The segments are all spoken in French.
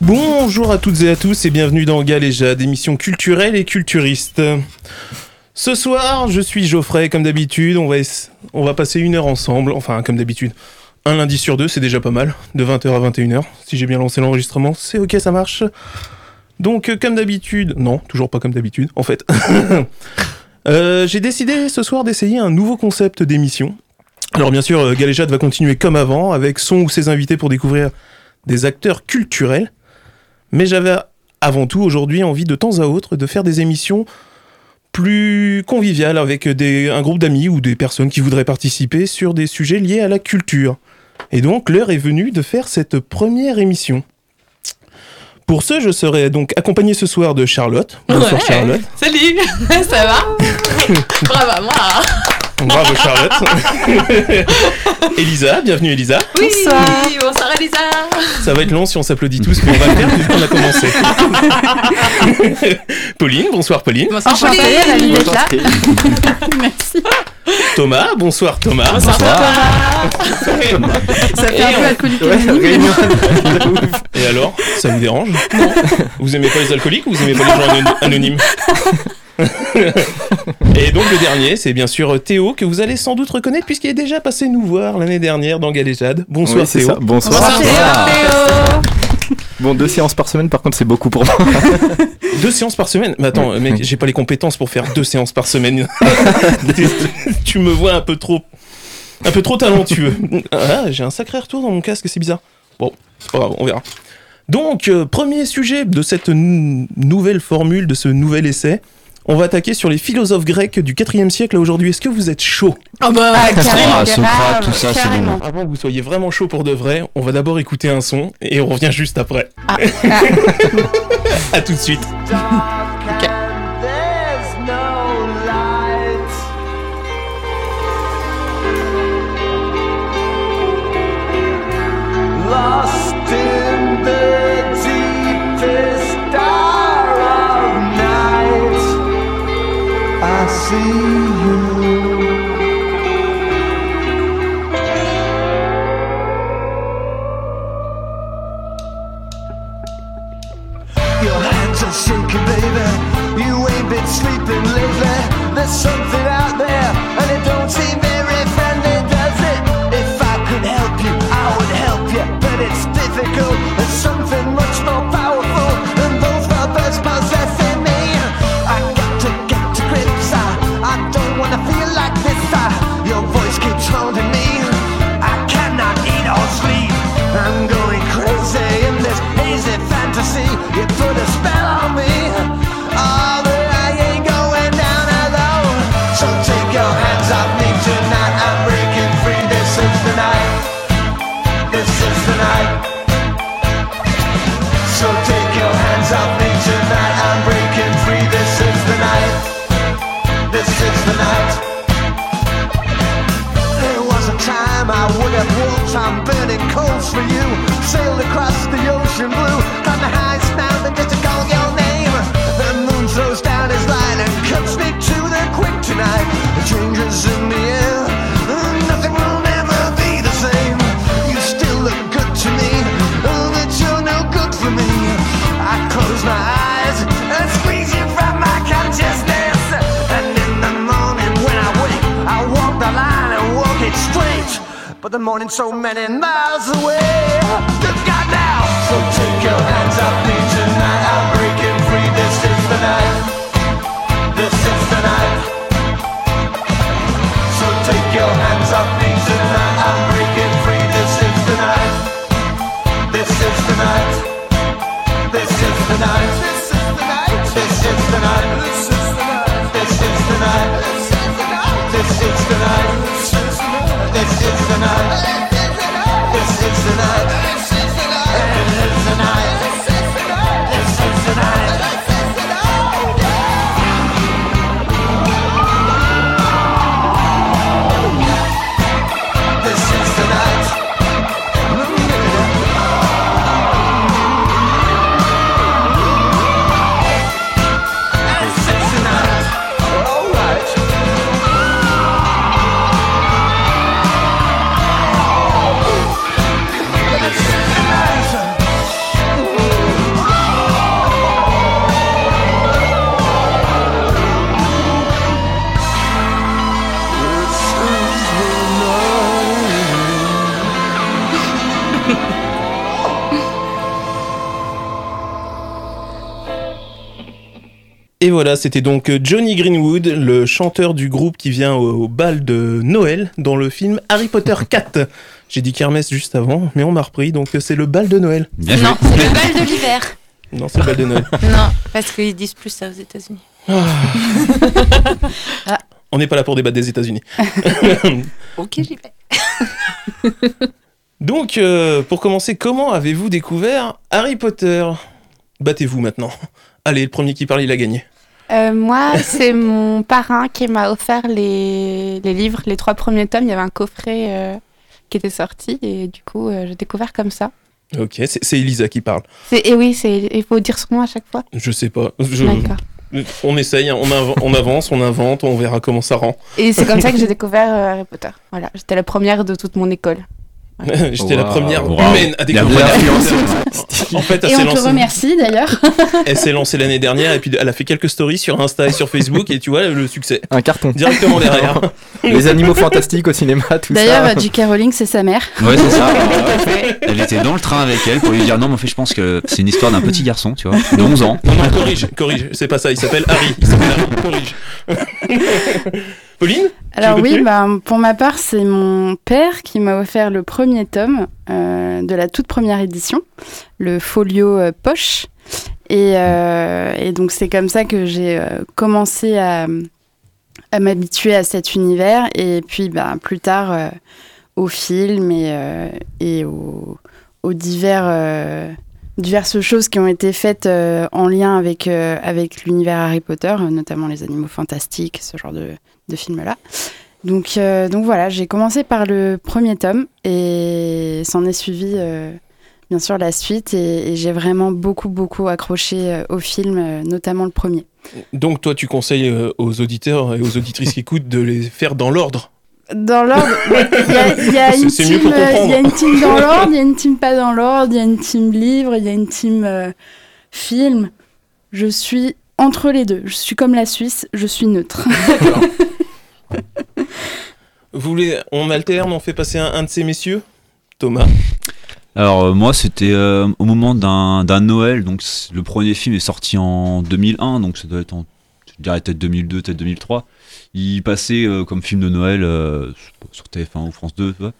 Bonjour à toutes et à tous et bienvenue dans Galéja, d'émission culturelle et culturiste. Ce soir, je suis Geoffrey, comme d'habitude, on va, ess- on va passer une heure ensemble, enfin comme d'habitude. Un lundi sur deux, c'est déjà pas mal, de 20h à 21h. Si j'ai bien lancé l'enregistrement, c'est ok, ça marche. Donc euh, comme d'habitude, non, toujours pas comme d'habitude, en fait. Euh, j'ai décidé ce soir d'essayer un nouveau concept d'émission. Alors bien sûr, euh, Galéjade va continuer comme avant, avec son ou ses invités pour découvrir des acteurs culturels. Mais j'avais avant tout aujourd'hui envie de temps à autre de faire des émissions plus conviviales avec des- un groupe d'amis ou des personnes qui voudraient participer sur des sujets liés à la culture. Et donc l'heure est venue de faire cette première émission. Pour ce, je serai donc accompagné ce soir de Charlotte. Bonsoir Ouais. Charlotte. Salut, ça va Bravo à moi Bravo Charlotte. Elisa, bienvenue Elisa. Oui, Bonsoir. bonsoir Elisa Ça va être long si on s'applaudit tous, mais on va le faire puisqu'on a commencé. Pauline, bonsoir Pauline. Bonsoir Enchantée, Pauline. ravie d'être là. Enchanté. Merci. Thomas, bonsoir Thomas. Ça fait un Et peu on- alcoolique Ouais, anonyme. réunion. Et alors, ça vous dérange Vous aimez pas les alcooliques ou vous aimez pas les gens ano- anonymes Et donc le dernier, c'est bien sûr euh, Théo que vous allez sans doute reconnaître puisqu'il est déjà passé nous voir l'année dernière dans Galéjade. Bonsoir Oui, c'est Théo. ça. Bonsoir. Bonsoir, Bon, deux séances par semaine, par contre, c'est beaucoup pour moi. Deux séances par semaine Mais attends, mec, j'ai pas les compétences pour faire deux séances par semaine. tu, tu me vois un peu trop. Un peu trop talentueux. Ah, j'ai un sacré retour dans mon casque, c'est bizarre. Bon, c'est pas grave, on verra. Donc, euh, premier sujet de cette n- nouvelle formule, de ce nouvel essai. On va attaquer sur les philosophes grecs du 4 siècle à aujourd'hui. Est-hez que vous êtes chaud Oh bah, Ah, grave, Socrate, tout ça, c'est carrément. bon. Avant que vous soyez vraiment chaud pour de vrai, on va d'abord écouter un son et on revient juste après. à tout de suite. Lost in the deepest hour of night, I see you. Your hands are shaking, baby. You ain't been sleeping lately. There's something out there, and it don't seem very friendly, does it? If I could help you, I would help you, but it's difficult. There's something much more powerful than both of us possessing me. I got to get to grips. I, I don't wanna feel like this. I, your voice keeps haunting me. I cannot eat or sleep. I'm going crazy in this hazy fantasy. You put a spell on me. Oh, but I ain't going down alone. So take your hands off me tonight. I'm breaking free. This is the night. This is the night. So take your hands off me tonight. I'm breaking free. This is the night. This is the night. There was a time I would have walked on burning coals for you, sailed across the ocean blue, climbed the highest mountain just to call your name. The moon throws down his light and cuts me to the quick tonight. The changes in the air, nothing will never be the same. You still look good to me, oh, but you're no good for me. I close my eyes and squeeze you from my consciousness, and in the morning when I wake, I walk the line and walk it straight. But the morning's so many miles away. Good God now! So take your hands off me tonight. I'm breaking free. This is the night. This is the night. So take your hands off me tonight. I'm breaking free. This is the night. This is the night. This is the night. This is the night. This is the night. This is the night. This is the night. This is the night. This is the night. This is the night. This is the night. This is the night. This is the night. This is the night. This is the night. This is the night. Et voilà, c'était donc Johnny Greenwood, le chanteur du groupe qui vient au, au bal de Noël dans le film Harry Potter 4. J'ai dit Kermesse juste avant, mais on m'a repris, donc c'est le bal de Noël. Bien joué. Non, c'est le bal de l'hiver. Non, c'est le bal de Noël. Ah. Non, parce qu'ils disent plus ça aux États-Unis. Ah. On n'est pas là pour débattre des États-Unis. Ok, j'y vais. Donc, euh, pour commencer, comment avez-vous découvert Harry Potter Battez-vous maintenant. Allez, le premier qui parle, il a gagné. Euh, moi, c'est mon parrain qui m'a offert les, les livres, les trois premiers tomes. Il y avait un coffret euh, qui était sorti et du coup, euh, j'ai découvert comme ça. Ok, c'est c'est Elisa qui parle. C'est, et oui, c'est, il faut dire son nom à chaque fois. Je sais pas. je- D'accord. on essaye, hein, on, av- on avance, on invente, on verra comment ça rend. Et c'est comme ça que j'ai découvert euh, Harry Potter. Voilà, j'étais la première de toute mon école. J'étais la Wow. première Wow. humaine à Bien découvrir. Harry influence. Potter. en fait, elle Et s'est on te lancée, remercie d'ailleurs. elle s'est lancée l'année dernière et puis elle a fait quelques stories sur Insta et sur Facebook et tu vois le succès Un carton. directement derrière. Les animaux fantastiques au cinéma, tout ça. D'ailleurs, J.K. Rowling, c'est sa mère. Ouais, c'est ça. Elle était dans le train avec elle pour lui dire non, mais en fait, je pense que c'est une histoire d'un petit garçon, tu vois, de 11 ans. Non, non, corrige, corrige, c'est pas ça, il s'appelle Harry. Il s'appelle Harry, corrige. Pauline Alors veux oui, continuer bah, pour ma part, c'est mon père qui m'a offert le premier tome euh, de la toute première édition, le folio euh, poche. Et, euh, et donc c'est comme ça que j'ai euh, commencé à, à m'habituer à cet univers et puis bah, plus tard euh, au film et, euh, et aux, aux divers, euh, diverses choses qui ont été faites euh, en lien avec, euh, avec l'univers Harry Potter, euh, notamment les animaux fantastiques, ce genre de, de films-là. Donc, euh, donc voilà, j'ai commencé par le premier tome et s'en est suivi euh, bien sûr la suite et, et j'ai vraiment beaucoup beaucoup accroché euh, au film, euh, notamment le premier. Donc toi, tu conseilles euh, aux auditeurs et aux auditrices qui écoutent de les faire dans l'ordre. Dans l'ordre, il y a, il y a C'est- une c'est mieux team, pour euh, comprendre. il y a une team dans l'ordre, il y a une team pas dans l'ordre, il y a une team livre, il y a une team euh, film. Je suis entre les deux. Je suis comme la Suisse, je suis neutre. Vous voulez, on alterne, on fait passer un, un de ces messieurs Thomas. Alors euh, moi c'était euh, au moment d'un d'un Noël, donc c- le premier film est sorti en 2001, donc ça doit être en je dirais peut-être 2002, peut-être 2003. Il passait euh, comme film de Noël euh, sur TF1 ou France 2, tu vois.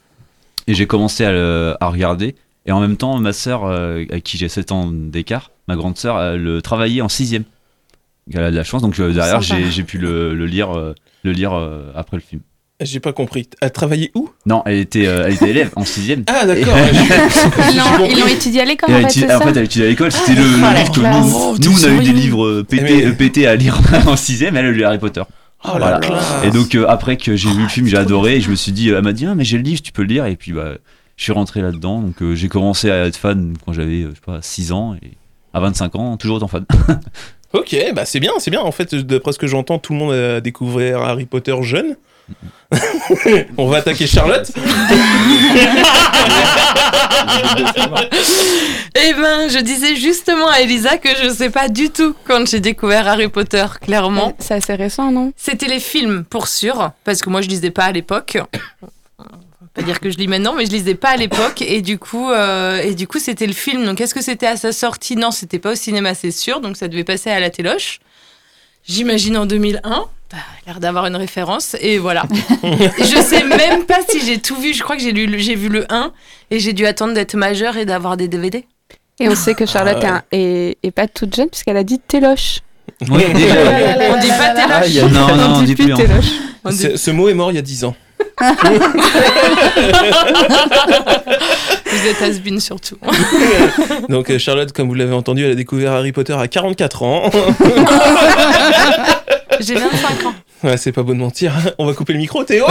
et j'ai commencé à, le- à regarder. Et en même temps, ma sœur, euh, à qui j'ai 7 ans d'écart, ma grande sœur, elle euh, travaillait en sixième. Donc, Elle a de la chance, donc euh, derrière Sympa. j'ai j'ai pu le, le lire, euh, le lire euh, après le film. J'ai pas compris. À travailler où Non, elle était, euh, elle était élève en sixième. Ah d'accord. Ils l'ont, ils l'ont étudié à l'école, Et en elle fait, étudie- c'est en ça Ah, fait, elle étudiait à l'école, c'était le, la le livre que classe. nous, Oh, nous, on a eu t'es des livres euh, pétés, Mais- euh, pétés à lire en 6 elle a lu Harry Potter. Eh Oh Voilà. la classe. Ah, Et donc, euh, après que j'ai vu le film, j'ai adoré, et je me suis dit, elle m'a dit, ah, mais j'ai le livre, tu peux le lire, et puis bah, je suis rentré là-dedans, donc euh, j'ai commencé à être fan quand j'avais, euh, je sais pas, 6 ans, et à 25 ans, toujours autant fan. Ok, bah c'est bien, c'est bien. En fait, d'après ce que j'entends, tout le monde a découvert Harry Potter jeune. on va attaquer Charlotte. Eh ben, je disais justement à Elisa que je sais pas du tout quand j'ai découvert Harry Potter, clairement. C'est assez récent, non C'était les films, pour sûr, parce que moi je lisais pas à l'époque. On va Pas dire que je lis maintenant, mais je lisais pas à l'époque et du coup, euh, et du coup, c'était le film. Donc, est-ce que c'était à sa sortie Non, c'était pas au cinéma, c'est sûr. Donc, ça devait passer à la téloche. J'imagine en 2001. Bah, l'air d'avoir une référence et voilà. je sais même pas si j'ai tout vu. Je crois que j'ai lu, le- j'ai vu le 1 et j'ai dû attendre d'être majeure et d'avoir des DVD. Et on sait que Charlotte Ah est, est- est pas toute jeune puisqu'elle a dit Téloche. Oui, déjà. On dit pas téloche. Aïe, aïe. Non, non, on dit plus. hein. Téloche. On dit- Ce, ce mot est mort il y a 10 ans. Vous êtes has surtout. Donc euh, Charlotte, comme vous l'avez entendu, elle a découvert Harry Potter à 44 ans. J'ai 25 ans. ouais, c'est pas beau de mentir. On va couper le micro, Théo.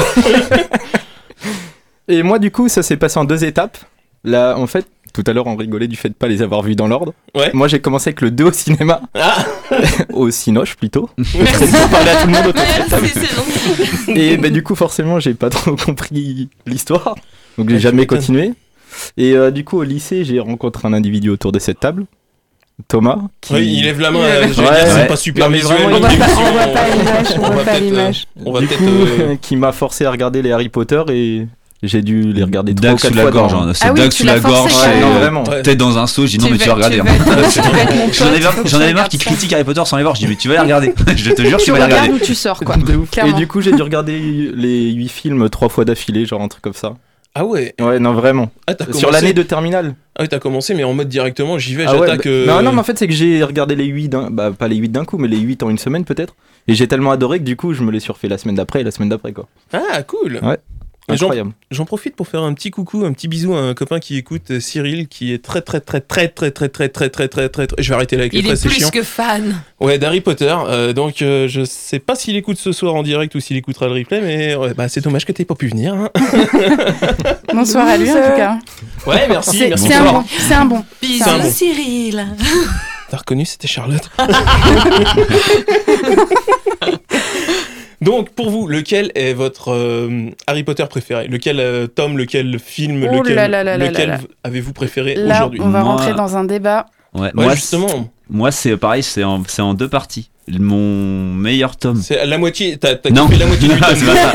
Et moi, du coup, ça s'est passé en deux étapes. Là, en fait, tout à l'heure, on rigolait du fait de pas les avoir vus dans l'ordre. Ouais. Moi, j'ai commencé avec le 2 au cinéma. Ah. au cinoche, plutôt. Merci. Parler à tout le monde autour de la table. Merci, c'est gentil. Et bah, du coup, forcément, j'ai pas trop compris l'histoire. Donc, j'ai Ouais, tu jamais m'étonnes. continué. Et euh, du coup, au lycée, j'ai rencontré un individu autour de cette table, Thomas. Qui... Oui, il lève la main. euh, j'ai Ouais, dit, c'est ouais. pas super Non, mais visuel. vraiment, mais il- du On va coup, pas- on va pas à l'image, on on va va pas à peut-être, euh, l'image. on va du peut-être, coup, euh, euh, qui m'a forcé à regarder les Harry Potter et J'ai dû les regarder trois ou Dax sous quatre la fois. gorge. dans- hein. C'est Ah oui, Dax tu sous l'as la gorge. forcé, c'est, Non, euh, vraiment. Tête dans un seau, j'ai dit non, mais Tu tu vas- vas regarder. tu hein. vas- tu vas être J'en mon avais, pote, faut que j'en tu avais marre regardes qu'ils ça. critiquent Harry Potter sans les voir. J'ai dit, mais tu vas les regarder. je te jure, tu Tu vas les regardes regarder. où tu sors, quoi. De ouf. Et Clairement. du coup, j'ai dû regarder les huit films trois fois d'affilée, genre un truc comme ça. Ah ouais. Ouais, non, vraiment. Ah, t'as Sur commencé- l'année de terminale. Ah oui, t'as commencé, mais en mode directement, j'y vais, Ah ouais, j'attaque. bah- euh, Non, non, mais en fait, c'est que j'ai regardé les 8 d'un. Bah, pas les 8 d'un coup, mais les 8 en une semaine peut-être. Et j'ai tellement adoré que du coup, je me les surfais la semaine d'après et la semaine d'après, quoi. Ah, cool. Ouais. Mais j'en- Incroyable. J'en profite pour faire un petit coucou, un petit bisou à un copain qui écoute, euh, Cyril, qui est très très très très très très très très très très très très. Je vais arrêter là avec les Il très est c'est plus chiant. que fan. Ouais, d'Harry Potter. euh, donc euh, je sais pas s'il écoute ce soir en direct ou s'il écoutera le replay, mais ouais, bah, c'est dommage que t'aies pas pu venir. hein. Bonsoir à lui, en tout cas. Ouais, merci. C'est merci c'est un d'avoir- bon. C'est un bon. C'est un Bisous bon. Cyril. T'as reconnu, c'était Charlotte. Donc, pour vous, lequel est votre euh, Harry Potter préféré Lequel euh, tome, lequel film, Oh lequel, là là là là lequel là là. avez-vous préféré Là, aujourd'hui on va Moi- rentrer dans un débat. Ouais, Ouais, moi, justement, c'est- Moi, c'est euh, pareil, c'est en, c'est en deux parties. Mon meilleur tome. c'est la moitié, t'as t'as Non. kiffé la moitié du Non, tome c'est pas ça.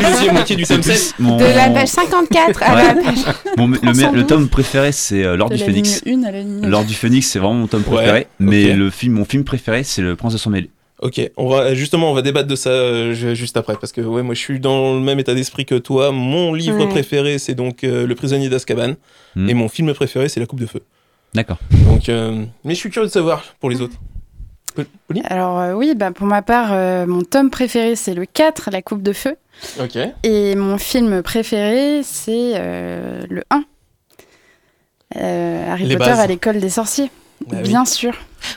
la deuxième moitié du C'est tome plus 7 mon- De la page 54 à la Ouais. page. mon- le, me- 312. le tome préféré, c'est euh, L'Ordre De du la Phénix. ligne 1 à la ligne L'Ordre du Phénix, c'est vraiment mon tome Ouais, préféré. Mais ok. le film, mon film préféré, c'est Le Prince de son mêlé. Ok, on va justement on va débattre de ça euh, ju- juste après parce que ouais moi je suis dans le même état d'esprit que toi. Mon livre Ouais. préféré c'est donc euh, Le prisonnier d'Azkaban Hmm. et mon film préféré c'est La coupe de feu. D'accord. Donc euh, mais je suis curieux de savoir pour les autres. Pau- Pauline Alors euh, oui, bah, pour ma part, euh, mon tome préféré, c'est le 4, La Coupe de Feu. OK. Et mon film préféré, c'est euh, le 1. Euh, Harry Les Potter bases. Ah à l'école des sorciers, bien sûr.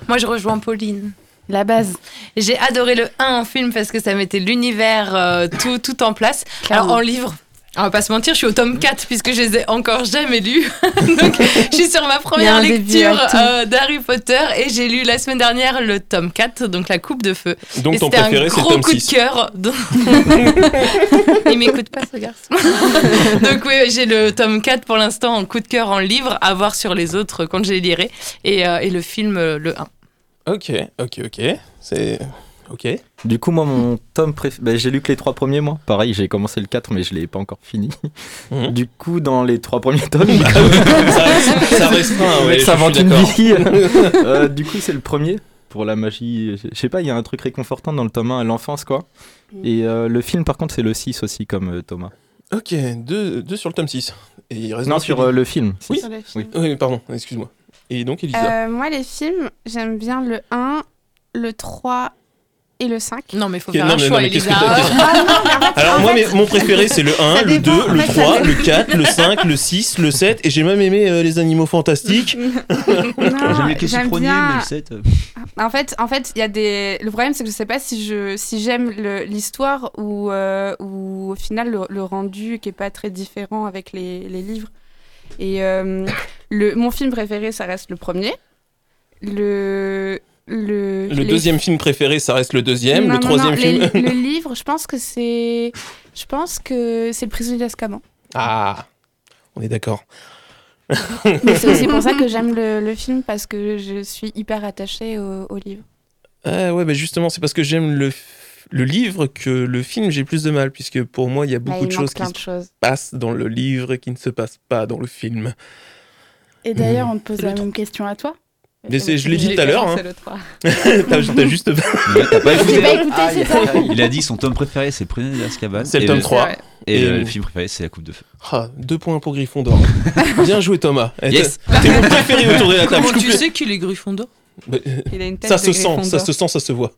Moi, je rejoins Pauline. La base. J'ai adoré le 1 en film parce que ça mettait l'univers euh, tout, tout en place. Alors en livre, on va pas se mentir, je suis au tome 4 puisque je les ai encore jamais lus. Donc je suis sur ma première un début lecture à tout. euh, d'Harry Potter et j'ai lu la semaine dernière le tome 4, donc la coupe de feu. Donc et ton c'était un préféré c'est le gros tome coup 6. de cœur. Donc- Il m'écoute pas ce garçon. donc oui, j'ai le tome 4 pour l'instant en coup de cœur en livre, à voir sur les autres quand je les lirai. Et, euh, et le film, euh, le 1. OK, OK, OK. C'est OK. Du coup, moi, mon tome préféré. Bah, j'ai lu que les trois premiers, moi. Pareil, j'ai commencé le 4, mais je l'ai pas encore fini. Mhm. Du coup, dans les trois premiers tomes. Ah ouais, ça, ça restreint Le ouais, mec je s'invente suis une d'accord. vie. Euh, du coup, c'est le premier pour la magie. Je sais pas, il y a un truc réconfortant dans le tome 1 à l'enfance, quoi. Et euh, le film, par contre, c'est le 6 aussi, comme euh, Thomas. OK, deux, deux sur le tome 6. Et il reste Non, donc sur Elisa. euh, le film. Oui. Sur le film. Oui. Oui, pardon, excuse-moi. Et donc Elisa. Euh, moi, les films, j'aime bien le 1, le 3 et le 5. Non mais faut Ok, faire non, un mais- non, choix, mais qu'est-ce que Elisa. t'as- Alors En moi fait- mes- mon préféré c'est le 1, Ça le dépend. 2, le En fait, ça 3, le 4, le 5, le 6, le 7 et j'ai même aimé euh, les animaux fantastiques. Non, J'aime bien. set. En fait, en fait, il y a des. Le problème, c'est que je sais pas si je si j'aime le- l'histoire ou euh, ou au final le, le rendu qui est pas très différent avec les, les livres. Et euh, le mon film préféré, ça reste le premier. Le Le le les- deuxième film préféré ça reste le deuxième, Non, le non, troisième non, film... les- le livre, je pense que c'est je pense que c'est le prisonnier d'Azkaban. Ah on est d'accord. Mais c'est aussi pour ça que j'aime le, le film parce que je suis hyper attachée au, au livre. Ah ouais, bah justement, c'est parce que j'aime le, f- le livre que le film, j'ai plus de mal, puisque pour moi, il y a Bah, beaucoup il de manque choses qui plein se de choses. passent dans le livre et qui ne se passent pas dans le film. Et d'ailleurs, on te pose Le la même question à toi. Mmh. Mais c'est- je l'ai dit tout à l'heure, hein. C'est le 3. t'as t'as juste... J'ai pas écouté, Aïe, c'est aïe, ça. aïe. Ah, Il a dit son tome préféré, c'est Prisonnier d'Azkaban. C'est le Et tome 3. vrai. Et euh, Et- le, le film préféré, c'est La Coupe de Feu. Ah, deux points pour Gryffondor. Bien joué, Thomas. Eh, Yes. t'es- T'es mon préféré autour de la table. Comment je tu coupe sais qu'il est Gryffondor le- Bah, Il a une tête Ça de se sent, ça Gryffondor. se sent, ça se voit.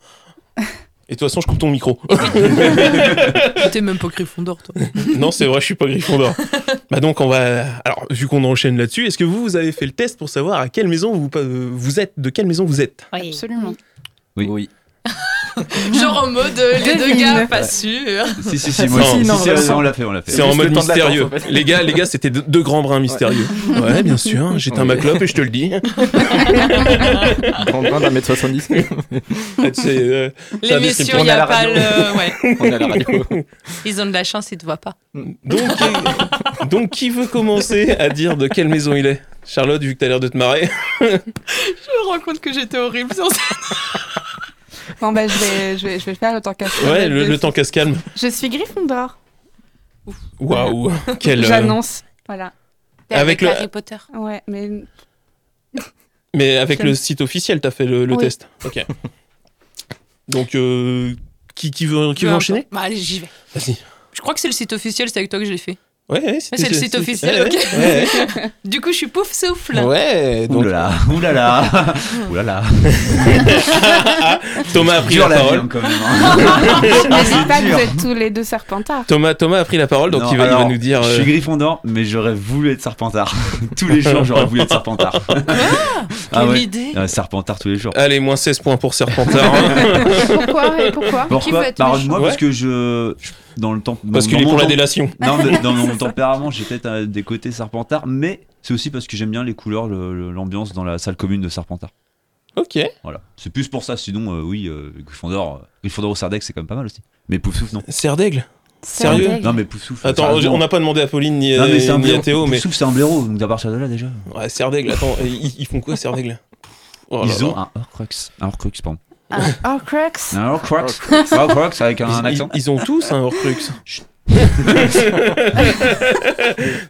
Et de toute façon, je coupe ton micro. T'es même pas Gryffondor toi. non, c'est vrai, je suis pas Gryffondor. bah donc, on va. Alors, vu qu'on enchaîne là-dessus, est-ce que vous, vous avez fait le test pour savoir à quelle maison vous, euh, vous êtes De quelle maison vous êtes Absolument. Oui. Mmh. Genre en mode euh, les deux Devine. gars pas sûrs. Si, si, si, moi, moi, Non, si, si, non, si, vraiment. on l'a fait, on l'a fait. C'est en juste mode le temps de mystérieux. l'attente, en fait. Les gars, les gars, c'était deux, deux grands brins mystérieux. Ouais, bien sûr, hein, j'étais un Ouais. Maclop et je te le dis. Grand bain d'un mètre 70. C'est, euh, c'est un L'émission, descriptif. il n'y On est à a la pas radio. le. Ouais. On est à la radio. Ils ont de la chance, ils te voient pas. Donc, euh, donc, qui veut commencer à dire de quelle maison il est Charlotte, vu que t'as l'air de te marrer. Je me rends compte que j'étais horrible sur ça. Bon, bah, je vais, je vais, je vais faire le temps casse Ouais, le, le temps qu'elle se calme. Je suis Gryffondor. Waouh, quel. euh, J'annonce. Voilà. Avec le- Harry Potter. Ouais, mais Mais avec J'aime. le site officiel, t'as fait le, le Oui. test. Ok. Donc, euh, qui, qui veut, qui Peu veut importe. enchaîner Bah, Allez, j'y vais. Vas-y. Je crois que c'est le site officiel, c'est avec toi que je l'ai fait. Ouais, ouais, Ah, c'est le site officiel, ouais, ok. ouais, Du coup, je suis pouf souffle. ouais. Ouais, donc Oulala, oulala, oulala. Thomas a pris Dure la la vie, parole. hein, quand même. Ah, hein. je ne sais pas que dur. vous êtes tous les deux serpentards. Thomas, Thomas a pris la parole, donc Non, il, va, il va alors, nous dire. Je euh, suis Gryffondor, mais j'aurais voulu être Serpentard. tous les jours, j'aurais voulu être Serpentard. ah Quelle ouais, idée. euh, Serpentard tous les jours. Allez, moins 16 points pour Serpentard. hein, Pourquoi et pourquoi veut Pourquoi être Bah, méchant moi, Ouais. parce que je. je- Dans le temps. parce dans qu'il est mon pour la temps- délation. Non, mais dans mon tempérament, j'ai peut-être euh, des côtés Serpentard, mais c'est aussi parce que j'aime bien les couleurs, le- le- l'ambiance dans la salle commune de Serpentard. Ok. Voilà. C'est plus pour ça, sinon, euh, oui, euh, Gryffondor, euh, Gryffondor au Sardex, c'est quand même pas mal aussi. Mais Poufsouffle, non. Serre d'aigle. Sérieux Sérieux Non, mais Poufsouffle. Attends, c'est un on n'a pas demandé à Pauline ni, blaireau. Non, mais c'est euh, un ni blaireau. à Théo, mais. Poufsouffle, c'est un blaireau, donc à partir de là, déjà. Ouais, Serre d'aigle, attends, et ils, ils font quoi, Serre d'aigle Oh là Ils ont là. un Horcrux. Un Horcrux, pardon. Oh, cracks Un Horcrux. Un Horcrux avec un Ils, accent. ils- ils ont tous un Horcrux. Chut.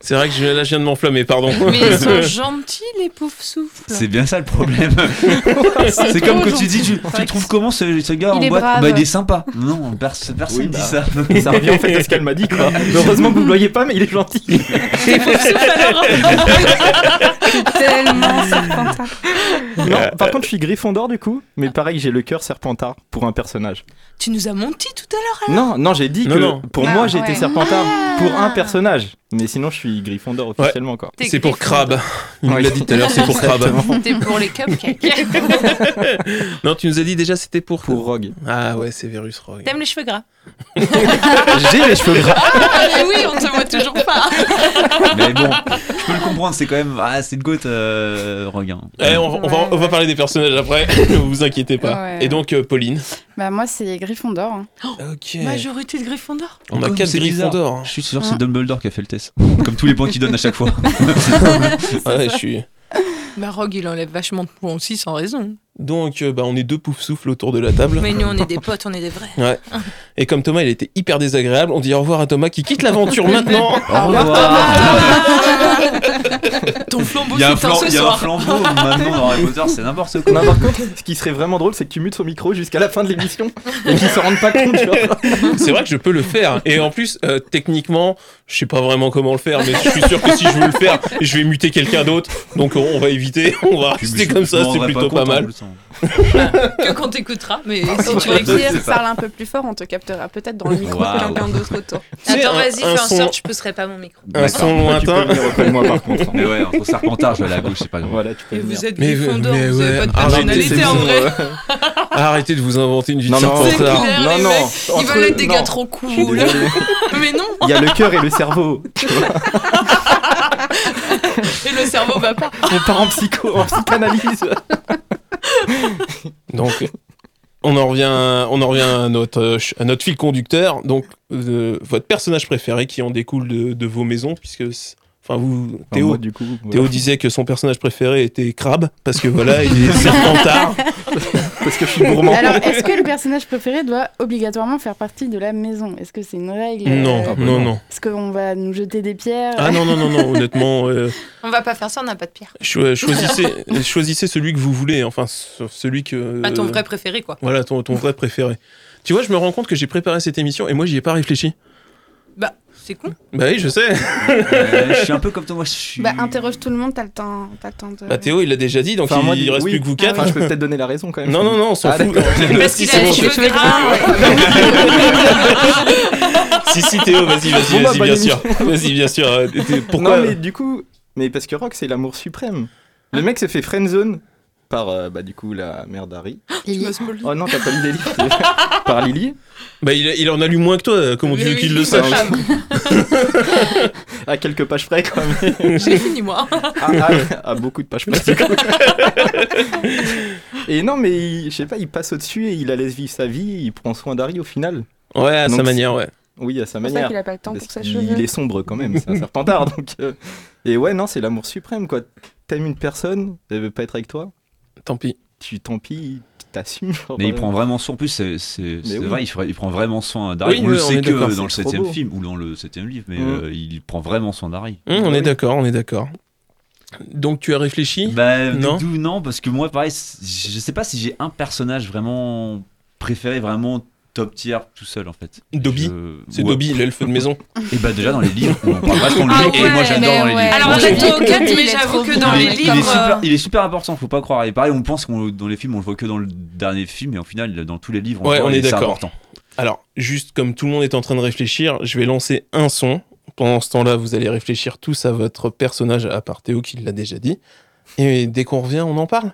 C'est vrai que je, là, je viens de m'enflammer, pardon. Mais ils sont gentils, les pouf souffles. C'est bien ça le problème. c'est trop comme quand tu gentil. dis, tu, tu trouves comment ce, ce gars Il en est boîte brave. Bah, il est sympa. Non, pers- personne Oui, dit bah. ça. Ça revient en fait à ce qu'elle m'a dit quoi. Heureusement que vous ne le voyez pas, mais il est gentil. Les pouf souffles alors Tellement serpentard. Euh, Non, par contre, je suis Gryffondor du coup, mais pareil, j'ai le cœur Serpentard pour un personnage. Tu nous as menti tout à l'heure. Non, non, j'ai dit Non, que non. pour Ah, moi, j'ai été ouais. Serpentard pour un personnage, mais sinon, je suis Gryffondor officiellement quoi. T'es C'est pour Gryffondor. crabe. Il nous Oui. l'a dit tout à l'heure, c'est pour crabe. T'es pour les cupcakes. Non, tu nous as dit déjà c'était pour. Pour Rogue. Ah ouais, c'est Virus Rogue. T'aimes les cheveux gras j'ai les cheveux gras. Ah mais oui, on te voit toujours pas. Mais bon, je peux le comprendre, c'est quand même. Ah, c'est le goat, euh, Rogue, hein. Eh, on, on va, on va parler des personnages après, ne vous inquiétez pas. Ouais. Et donc, euh, Pauline. Bah, moi, c'est Gryffondor. hein. Ok. Majorité de Gryffondor. On a Comme 4 Oh, c'est bizarre. Gryffondor. hein. Je suis sûr Ah. que c'est Dumbledore qui a fait le test. Comme tous les points qu'il donne à chaque fois. Ouais, je suis. Bah Rogue, il enlève vachement de points aussi, sans raison. Donc, euh, bah, on est deux poufs souffles autour de la table. Mais nous, on est des potes, on est des vrais. Et comme Thomas, il était hyper désagréable, on dit au revoir à Thomas qui quitte l'aventure maintenant. Au revoir. Ah, Ton flambeau Il y a un, s'éteint flam- ce il y a un soir. flambeau maintenant dans Harry Potter, c'est n'importe quoi. Non, par contre, ce qui serait vraiment drôle, c'est que tu mutes son micro jusqu'à la fin de l'émission et qu'ils s'en rendent pas compte. tu vois. C'est vrai que je peux le faire. Et en plus, euh, techniquement, je sais pas vraiment comment le faire, mais je suis sûr que si je veux le faire, je vais muter quelqu'un d'autre. Donc on on va éviter, on va rester comme Je ça, m'en c'est rendrais plutôt compte, pas en mal. plus, hein. Que quand t'écouteras, mais Ah, si Si tu tu veux l'écoutes. dire, parle un peu plus fort, on te captera peut-être dans le micro de Waouh. quelqu'un d'autre autour. Tu sais, Attends, un- vas-y, fais un en son- sorte, je pousserai pas mon micro. Un D'accord. son Toi, tu peux loin. venir auprès de moi par contre. hein. Mais ouais, entre Serpentard, je vais aller à gauche, c'est pas grave. Voilà, tu peux Et venir. vous êtes Mais- Gryffondor, mais vous ouais, avez pas de arrêtez, personnalité c'est en bon, vrai. Arrêtez de vous inventer une vie de Non, non, C'est serpentard. clair, Non, les non, mecs, ils entre- veulent être des non. gars trop Je suis cool. désolé. Mais non, Il y a le cœur et le cerveau. et le cerveau va pas. On part en psycho, en psychanalyse. Donc on en revient, on en revient à notre, euh, ch- à notre fil conducteur. Donc euh, votre personnage préféré qui en découle de, de vos maisons, puisque c'est- enfin vous, Enfin, Théo. moi, du coup. voilà. Théo disait que son personnage préféré était Crabe, parce que voilà, il est serpentard. Parce que je suis gourmand. Alors, est-ce que le personnage préféré doit obligatoirement faire partie de la maison Est-ce que c'est une règle Non, euh, non, non. Est-ce qu'on va nous jeter des pierres Ah non, non, non, non, honnêtement, euh, On va pas faire ça, on n'a pas de pierre. cho- choisissez, choisissez celui que vous voulez, enfin, sauf celui que. Pas ton vrai préféré, quoi. Voilà, ton, ton vrai préféré. Tu vois, je me rends compte que j'ai préparé cette émission et moi, j'y ai pas réfléchi. Bah, c'est con. Bah oui, je sais. Euh, je suis un peu comme toi, moi, je suis. Bah, interroge tout le monde, t'as le temps, t'as le temps de. Bah Théo, il l'a déjà dit, donc Enfin, il, moi, il reste oui. plus que vous quatre. Enfin, je peux peut-être donner la raison quand même. Non, non, non, on s'en Ah, fout. Parce qu'il a C'est les bon. cheveux gras. Si, si, Théo, vas-y, vas-y, Bon, bah, vas-y, bonne bien sûr. Vas-y, bien sûr. euh, t'es- t'es- Pourquoi Non, mais du coup, mais parce que Rock, c'est l'amour suprême. Hein Le mec s'est fait friendzone par, euh, bah, du coup, la mère d'Harry. Lily. Oh non, t'as pas lu des livres Par Lily. Bah, il, il en a lu moins que toi, euh, comment tu Mais veux oui, qu'il le c'est ma sache femme. À quelques pages près, quand même. J'ai fini, moi. Ah, ah, à beaucoup de pages près, du coup. Et non, mais il- je sais pas, il passe au-dessus et il la laisse vivre sa vie. Il prend soin d'Harry au final. Ouais, à sa Donc, manière, ouais. Oui, à sa C'est pour ça manière. qu'il a pas le temps pour Parce ses qu'il- cheveux. Il est sombre quand même, c'est un serpentard. Donc, euh, Et ouais, non, c'est l'amour suprême, quoi. T'aimes une personne, elle veut pas être avec toi, Tant pis. tu tant pis, t'assumes. genre, Mais il euh, prend vraiment soin. En plus, c'est c'est- c'est oui. vrai, il, fera- il prend vraiment soin d'Harry. Oui, on le oui, on sait est que d'accord, dans le c'est trop 7 beau. film ou dans le 7 livre, mais Mm. euh, il prend vraiment soin d'Harry. Hum, on est Oui. d'accord, on est d'accord. Donc tu as réfléchi Bah, Non. non. non, parce que moi, pareil, c- je sais pas si j'ai un personnage vraiment préféré, vraiment top tier tout seul en fait. Dobby Je- C'est Ouais. Dobby, l'elfe de maison. Et bah, déjà dans les livres, on en parle vachement de lui, Ah et moi ouais, j'adore dans les mais ouais. livres. Alors, Moi, en fait, j'adore. au 4, Il mais est j'avoue trop que bon. dans il, les est, mais il est livres. super, euh, il est super important, faut pas croire. Et pareil, on pense qu'on dans les films, on le voit que dans le dernier film, mais au final, dans tous les livres, on, Ouais, le voit, on et est c'est d'accord. important. Alors, juste comme tout le monde est en train de réfléchir, je vais lancer un son. Pendant ce temps-là, vous allez réfléchir tous à votre personnage, à part Théo qui l'a déjà dit. Et dès qu'on revient, on en parle.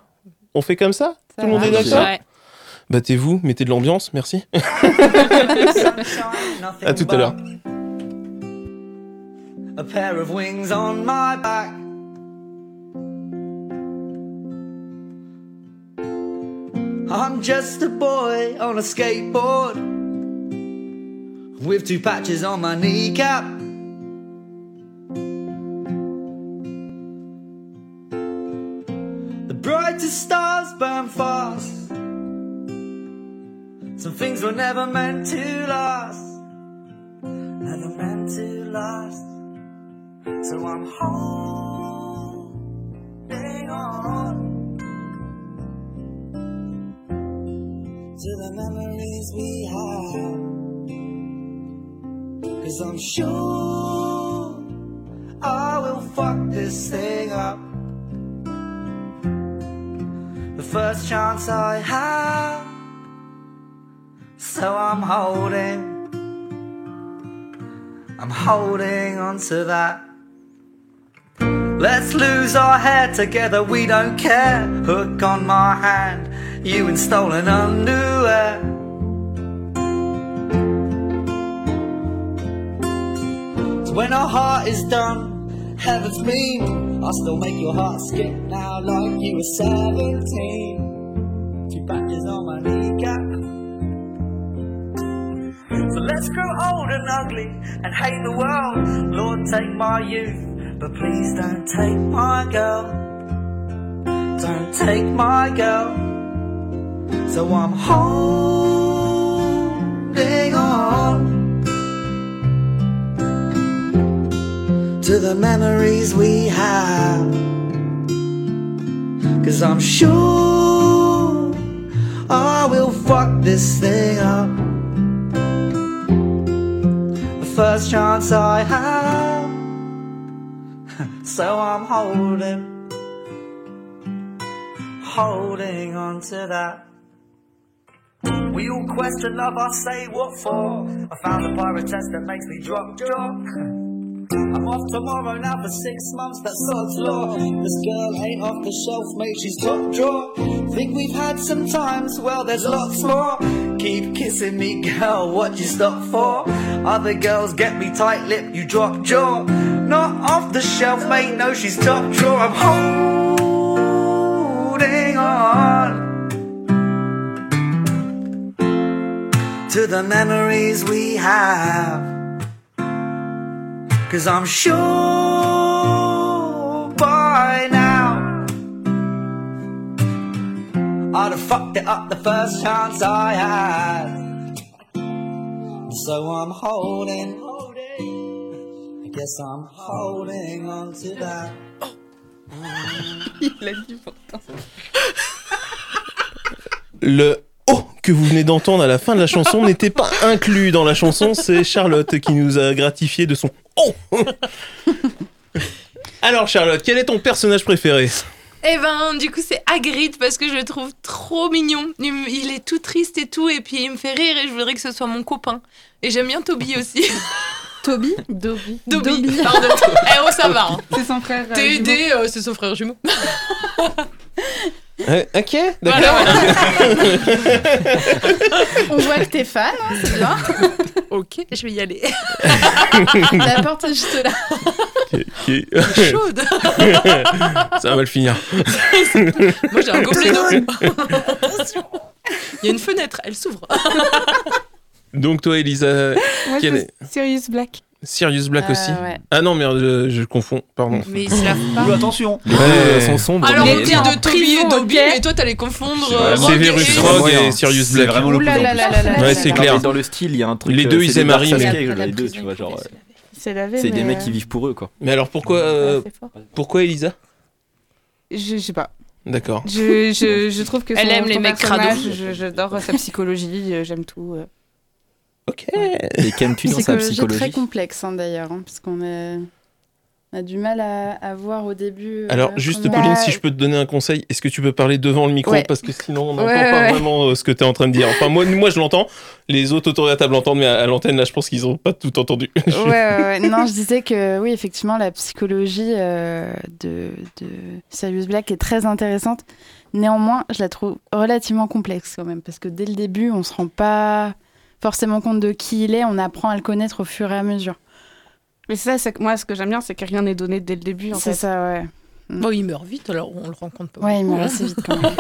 On fait comme ça Tout le monde est marche. d'accord ouais. Battez-vous, mettez de l'ambiance, merci. à tout à l'heure. a pair of wings on my back. I'm just a boy on a skateboard with two patches on my kneecap. The brightest stars burn fast. Some things were never meant to last. Never meant to last. So I'm holding on to the memories we have. Cause I'm sure I will fuck this thing up. The first chance I have. So I'm holding, I'm holding on to that. Let's lose our hair together, we don't care. Hook on my hand, you in stolen underwear. It's when our heart is done, heaven's mean. I'll still make your heart skip now, like you were 17. Two patches on my kneecap. So let's grow old and ugly and hate the world. Lord, take my youth, but please don't take my girl. Don't take my girl. So I'm holding on to the memories we have. Cause I'm sure I will fuck this thing up the first chance I have. so I'm holding, holding on to that. We all question love, I say what for? I found a pyrotest that makes me drop, drop. I'm off tomorrow now for six months, that's God's law. This girl ain't off the shelf, mate, she's top drawer. Think we've had some times, well, there's lots more. Keep kissing me, girl, what you stop for? Other girls get me tight lip, you drop jaw. Not off the shelf, mate, no, she's top drawer. I'm holding on to the memories we have. Cause I'm sure by now I'd have fucked it up the first chance I had. So I'm holding, holding. I guess I'm holding on to that. Le Oh que vous venez d'entendre à la fin de la chanson n'était pas inclus dans la chanson. C'est Charlotte qui nous a gratifié de son Oh Alors, Charlotte, quel est ton personnage préféré Eh ben, du coup, c'est Hagrid parce que je le trouve trop mignon. Il me- il est tout triste et tout, et puis il me fait rire et je voudrais que ce soit mon copain. Et j'aime bien Toby aussi. Toby, Dobby. Dobby, pardon. eh oh, ça va. hein. c'est son frère. euh, T'es jumeau. aidé, euh, c'est son frère jumeau. Euh, Ok, d'accord. Voilà, voilà. On voit que t'es fan, hein, c'est bien. Ok, je vais y aller. La porte est juste là. Ok. Chaude. Ça va le finir. Moi, j'ai un gobelet d'eau. Il y a une fenêtre, elle s'ouvre. Donc toi, Elisa, Moi, je Euh, Quel pense Sirius Black. Sirius Black Ah, aussi. ouais. Ah non, merde, je, je confonds, pardon. Mais ils se lavent pas. attention Les deux Ouais. euh, sont sombres. Alors, mais- on était de en Toby et prison, Dobby, ok. mais toi, t'allais confondre C'est euh, vraiment- Rogue Severus et- Rogue Ouais, et hein. Sirius C'est Black. vraiment le Ouh là plus là en là plus. là là Ouais, là c'est là. Non, clair. mais Dans le style, il y a un truc. Les deux, euh, c'est ils des aiment Dark Harry, mais- Sasuke, Après la les deux, prison, tu vois, il faut genre. se euh, laver. Il s'est lavé. C'est des mais, mecs qui euh, vivent pour eux, quoi. Mais alors pourquoi, euh, ouais, c'est fort. pourquoi Elisa Je je sais pas. D'accord. Je, je, je trouve que Elle son- aime les son mecs personnage, crados. je- J'adore sa psychologie, euh, j'aime tout. euh. Ok. Et qu'aimes-tu dans sa psychologie psychologie très complexe hein, d'ailleurs, hein, parce qu'on est- on a du mal à, à voir au début. euh, Alors, juste comment- Pauline, Bah, si je peux te donner un conseil, est-ce que tu peux parler devant le micro Ouais. Parce que sinon, on n'entend Ouais, pas ouais. vraiment euh, ce que tu es en train de dire. Enfin, moi, moi je l'entends. Les autres autour de la table l'entendent, mais à, à l'antenne, là, je pense qu'ils n'ont pas tout entendu. Je- Ouais, ouais, ouais. non, je disais que oui, effectivement, la psychologie euh, de, de Sirius Black est très intéressante. Néanmoins, je la trouve relativement complexe quand même, parce que dès le début, on se rend pas forcément compte de qui il est, on apprend à le connaître au fur et à mesure. Mais c'est ça, c'est que moi, ce que j'aime bien, c'est que rien n'est donné dès le début. En C'est fait. ça, ouais. Bon, il meurt vite, alors on le rencontre pas. Ouais, il meurt assez vite quand même.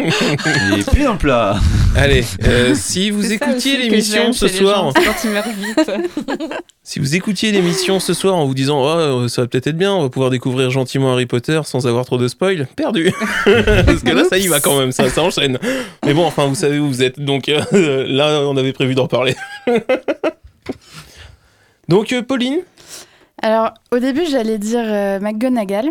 Et puis dans le plat Allez, euh, si vous C'est ça aussi écoutiez que l'émission j'aime ce chez les soir, gens, c'est Quand il meurt vite. si vous écoutiez l'émission ce soir en vous disant oh, ça va peut-être être bien, on va pouvoir découvrir gentiment Harry Potter sans avoir trop de spoil, perdu. Parce que là, ça y va quand même, ça, ça enchaîne. Mais bon, enfin, vous savez où vous êtes. Donc euh, là, on avait prévu d'en parler. donc, euh, Pauline Alors, au début, j'allais dire euh, McGonagall.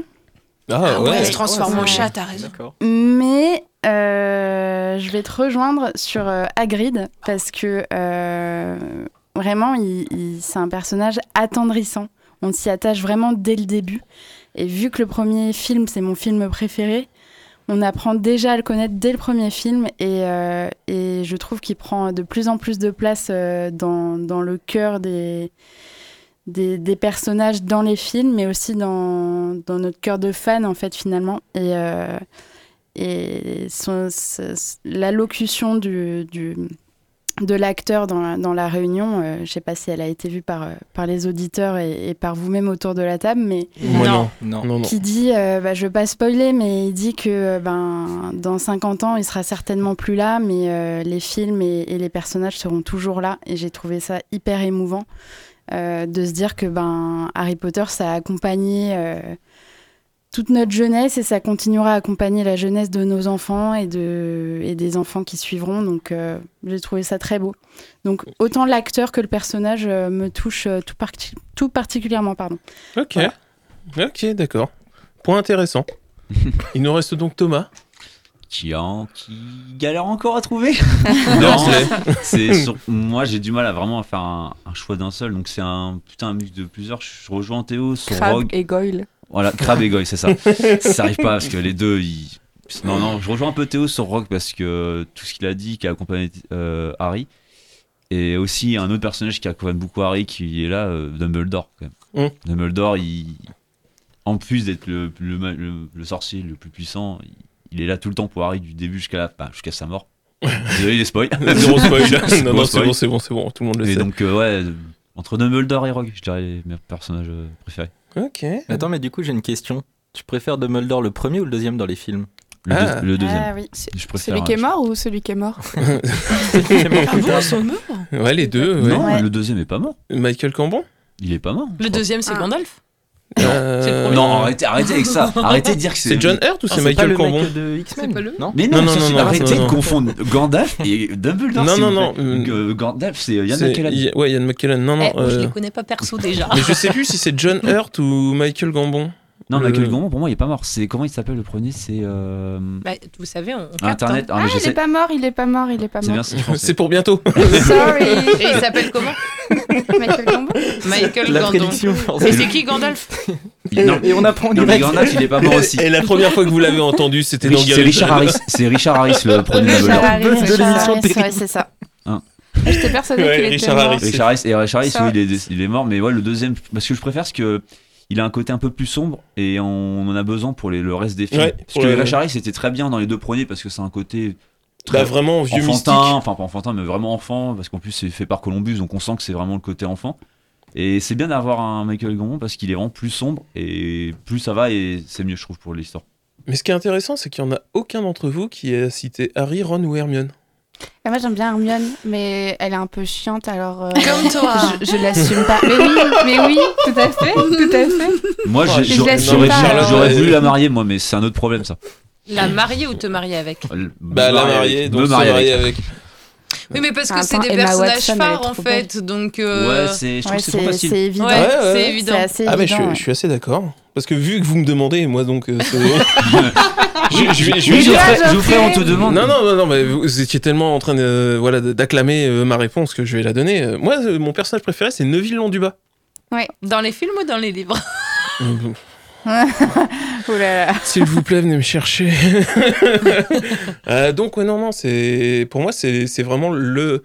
Ah ouais, elle se ouais. transforme Ouais, en c'est chat, t'as raison. D'accord. Mais euh, je vais te rejoindre sur euh, Hagrid parce que euh, vraiment, il- il- c'est un personnage attendrissant. On s'y attache vraiment dès le début. Et vu que le premier film, c'est mon film préféré, on apprend déjà à le connaître dès le premier film. Et, euh, et je trouve qu'il prend de plus en plus de place euh, dans, dans le cœur des, des, des personnages dans les films, mais aussi dans, dans notre cœur de fan, en fait, finalement. Et, euh, et son- ce- ce- l'allocution du, du- de l'acteur dans, la- dans la réunion, euh, je sais pas si elle a été vue par, euh, par les auditeurs et, et par vous-même autour de la table, mais Moi, non. Non. Non, non. qui dit, euh, bah, je veux pas spoiler, mais il dit que euh, ben, dans 50 ans, il sera certainement plus là, mais euh, les films et, et les personnages seront toujours là. Et j'ai trouvé ça hyper émouvant euh, de se dire que ben, Harry Potter, ça a accompagné euh, toute notre jeunesse et ça continuera à accompagner la jeunesse de nos enfants et, de, et des enfants qui suivront. Donc euh, j'ai trouvé ça très beau. Donc autant l'acteur que le personnage euh, me touche euh, tout, parti- tout particulièrement. Pardon. Ok. Ok, d'accord. Point intéressant. Il nous reste donc Thomas. qui, en- qui galère encore à trouver. Non, non, c'est- c'est sur- moi j'ai du mal à vraiment faire un, un choix d'un seul, donc c'est un putain un mix de plusieurs. Je rejoins Théo sur Rogue. et Goyle. Voilà, Crab et Goy, c'est ça. ça arrive pas parce que les deux, ils... Non, non, je rejoins un peu Théo sur Rock parce que tout ce qu'il a dit, qui a accompagné euh, Harry, et aussi un autre personnage qui accompagne beaucoup Harry, qui est là, euh, Dumbledore. Quand même. Mm. Dumbledore, il... en plus d'être le, le, ma- le- le sorcier le plus puissant, il, il est là tout le temps pour Harry du début jusqu'à la... enfin, jusqu'à sa mort. Désolé les spoils. Zéro spoil. Gros non, non, c'est spoil. bon, c'est bon, c'est bon. Tout le monde le Et sait. donc, euh, ouais, entre Dumbledore et Rogue, je dirais les mes personnages euh, préférés. Ok. Attends, mais du coup, j'ai une question. Tu préfères Dumbledore le premier ou le deuxième dans les films Le, deux- Ah. le deuxième. oui. Je préfère. Celui qui est je- mort ou celui qui est mort Ah bon, ils sont morts Ouais, les deux. ouais. Non, Ouais. le deuxième est pas mort. Michael Cambon Il est pas mort. Le deuxième, c'est Ah. Gandalf. Euh, c'est le premier. Non, arrêtez, arrêtez avec ça. Arrêtez de dire que c'est. C'est John Hurt ou c'est Ah, pas Michael le mec Cambon de X-Men C'est pas le- Non Mais non, Euh, Non, non, ça, non, c'est- non, arrêtez non, de non. confondre Gandalf et Dumbledore. Non, s'il non, vous non, plaît. euh, Donc, euh, Gandalf, c'est Yann C'est- McKellen. Y- Ouais, Ian McKellen. Non, non. Eh, moi, Je euh, les connais pas perso déjà. Mais je sais plus si c'est John Hurt ou Michael Gambon. Euh, Non, le- Michael Gambon, pour moi, il est pas mort. C'est comment il s'appelle le premier C'est euh, Bah, vous savez, on, on capte, Internet. Ah, mais Ah, je il sais. est pas mort, il est pas mort, il est pas C'est bien, Euh, mort. c'est français. C'est pour bientôt. hein. Sorry Et il s'appelle comment Michael Gambon Michael La Gandon. prédiction, Et forcément. c'est qui Gandalf Non, Et on apprend non, mais direct. Gandalf, il est pas mort aussi. Et la première fois que vous l'avez entendu, c'était dans Rich- C'est Galilée. Richard Harris. C'est Richard Harris le premier Richard Dumbledore. Harris, buzz de Richard l'émission Harris. terrible. Ouais, c'est ça. Ah, J'étais persuadée Ouais, qu'il était Richard mort. Harris. Hein. Richard Harris, et Richard Harris, Ça- oui, il est, il est mort, mais ouais, le deuxième, parce que je préfère ce que il a un côté un peu plus sombre et on en a besoin pour les- le reste des films. Ouais, parce pour que le- Richard Harris était très bien dans les deux premiers parce que c'est un côté Bah, vraiment, vieux enfantin, mystique. enfin pas enfantin, mais vraiment enfant, parce qu'en plus c'est fait par Columbus, donc on sent que c'est vraiment le côté enfant. Et c'est bien d'avoir un Michael Gambon parce qu'il est vraiment plus sombre et plus ça va et c'est mieux, je trouve, pour l'histoire. Mais ce qui est intéressant, c'est qu'il n'y en a aucun d'entre vous qui a cité Harry, Ron ou Hermione. Et Ah, moi j'aime bien Hermione, mais elle est un peu chiante alors. euh, Comme toi. Je, je l'assume pas. Mais oui, mais oui, tout à fait, tout à fait. Moi, j'ai- je j'aurais laisse j'aurais- pas. j'aurais voulu la marier, moi, mais c'est un autre problème, ça. La marier ou te marier avec Euh, Le- Bah, me la marier mariée, avec- donc me se marier avec. marier avec. Oui, mais parce que Attends, c'est des Ah, Emma personnages Watson, elle est phares en trop fait, donc. euh, Ouais, c'est, je trouve Ouais, que c'est trop c'est facile. c'est évident. ouais, Ouais, ouais, c'est ouais. évident. C'est assez Ah, mais je, suis- évident. je ouais. suis assez d'accord. Parce que vu que vous me demandez, moi donc. euh, c'est- je, je vais- je vais- Oui, Les gars, Geoffrey, Geoffrey. Geoffrey, on te demande. Non, non, non, non, mais vous étiez tellement en train de, euh, voilà, de- d'acclamer euh, ma réponse que je vais la donner. Euh, Moi, euh, mon personnage préféré, c'est Neville Londuba. Dans les films ou dans les livres Mmh. Oh là là. S'il vous plaît, venez me chercher. Euh, donc, ouais, non, non, c'est pour moi, c'est c'est vraiment le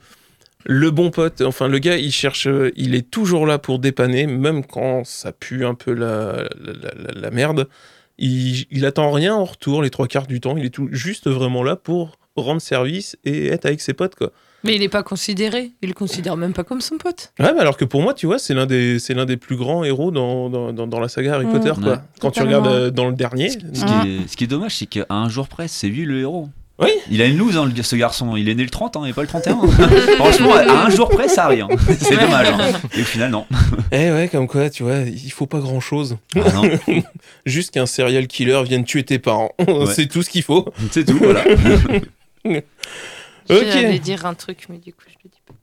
le bon pote. Enfin, le gars, il cherche, euh, il est toujours là pour dépanner, même quand ça pue un peu la, la, la- la- la merde. Il, il attend rien en retour les trois quarts du temps. Il est tout juste vraiment là pour rendre service et être avec ses potes, quoi. Mais il n'est pas considéré. Il le considère même pas comme son pote. Ouais, mais alors que pour moi, tu vois, c'est l'un des, c'est l'un des plus grands héros dans, dans, dans, dans la saga Harry Mmh. Potter, quoi. Ouais. Quand tu Totalement. regardes euh, dans le dernier. Ce qui, Mmh. est, ce qui est dommage, c'est qu'à un jour près, c'est lui le héros. Oui. Il a une loose, hein, le- ce garçon. Il est né le 30 hein, et pas le 31. Franchement, à un jour près, ça arrive. C'est dommage. hein. Et au final, non. Eh ouais, comme quoi, tu vois, il faut pas grand chose. Ah, non. Juste qu'un serial killer vienne tuer tes parents. C'est tout ce qu'il faut. C'est tout, voilà. Ok. J'allais dire un truc, mais du coup, je le dis pas.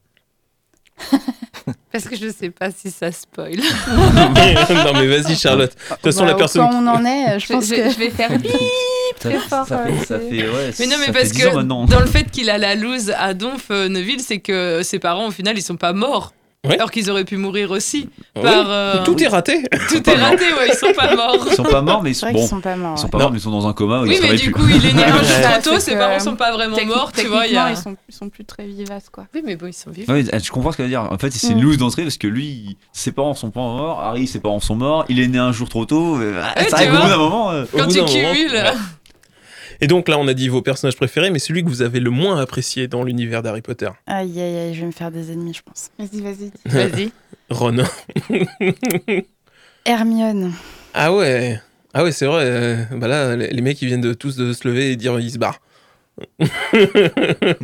Parce que je sais pas si ça spoil. non, mais vas-y, Charlotte. De toute façon, Bah, la au personne. point où on en est, je Je, pense je- que. je vais faire bip Ça, très fort. ça euh, fait, ça c'est- fait- ouais, hein, Mais non, mais ça fait parce 10 ans maintenant. que dans le fait qu'il a la loose à Donf, euh, Neville, c'est que ses parents, au final, ils sont pas morts. Ouais. Alors qu'ils auraient pu mourir aussi. Oui. Par, euh, Tout est raté. tout est raté, ouais, ils sont pas morts. Ils sont pas morts, mais ils C'est sont, vrai qu'ils bon, sont pas morts. ils sont ouais. pas Non. morts, mais ils sont dans un coma. Oui, ils se mais réveillent du plus. coup, il est né un jour Ouais. trop tôt, ses Parce que, parents sont pas vraiment Techniquement, morts, tu vois. il y a- ils, sont, ils sont plus très vivaces quoi. Oui, mais bon, ils sont vivants. Ouais, eh, je comprends ce qu'elle veut dire. En fait, c'est Mmh. une Mm. loose d'entrée parce que lui, ses parents sont pas morts. Harry, ses parents sont morts. Il est né un jour trop tôt. euh, Ouais, ça tu arrive au bout vois. d'un moment. euh, Au Quand bout tu d'un moment, cumules. ouais. Et donc là, on a dit vos personnages préférés, mais celui que vous avez le moins apprécié dans l'univers d'Harry Potter. Aïe, aïe, aïe, je vais me faire des ennemis, je pense. Vas-y, vas-y. dis. Vas-y. Ron. Hermione. Ah ouais. Ah ouais, c'est vrai. euh, bah là, les, les mecs, ils viennent de, tous de se lever et dire ils se barrent. Je crois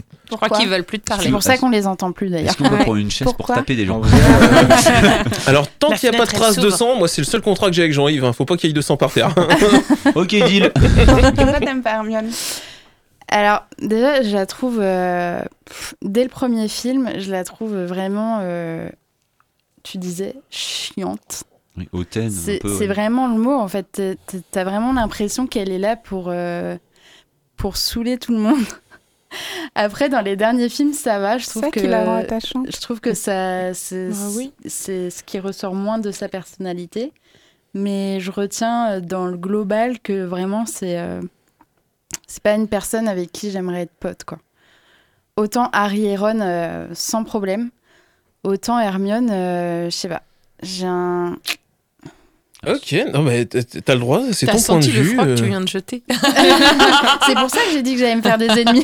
Pourquoi qu'ils veulent plus te C'est parler. pour ça qu'on les entend plus d'ailleurs. Est-ce qu'on peut Ouais. prendre une chaise pour Pourquoi taper des gens En vrai, euh, Alors, tant La qu'il n'y a pas de fenêtre, elle trace de s'ouvre. sang, moi, c'est le seul contrat que j'ai avec Jean-Yves. hein. Faut pas qu'il y ait de sang par terre. Ok, deal. Pourquoi t'aimes pas Hermione Alors, déjà, je la trouve. euh, pff, dès le premier film, je la trouve vraiment. euh, tu disais chiante. Oui, hautaine, un C'est peu. c'est ouais. vraiment le mot, en fait. T'es- t'es- T'as vraiment l'impression qu'elle est là pour, euh, pour saouler tout le monde. Après, dans les derniers films, ça va. Je C'est trouve ça que. qui la rend attachante. Je trouve que ça, c'est Ah oui. c'est ce qui ressort moins de sa personnalité. Mais je retiens euh, dans le global que vraiment, c'est euh, c'est pas une personne avec qui j'aimerais être pote. Quoi. Autant Harry et Ron, euh, sans problème. Autant Hermione, euh, je sais pas. J'ai un. Ok, non mais t- t- t'as le droit, c'est T'as ton point de senti le vue. froid que tu euh. viens de jeter. c'est pour ça que j'ai dit que j'allais me faire des ennemis.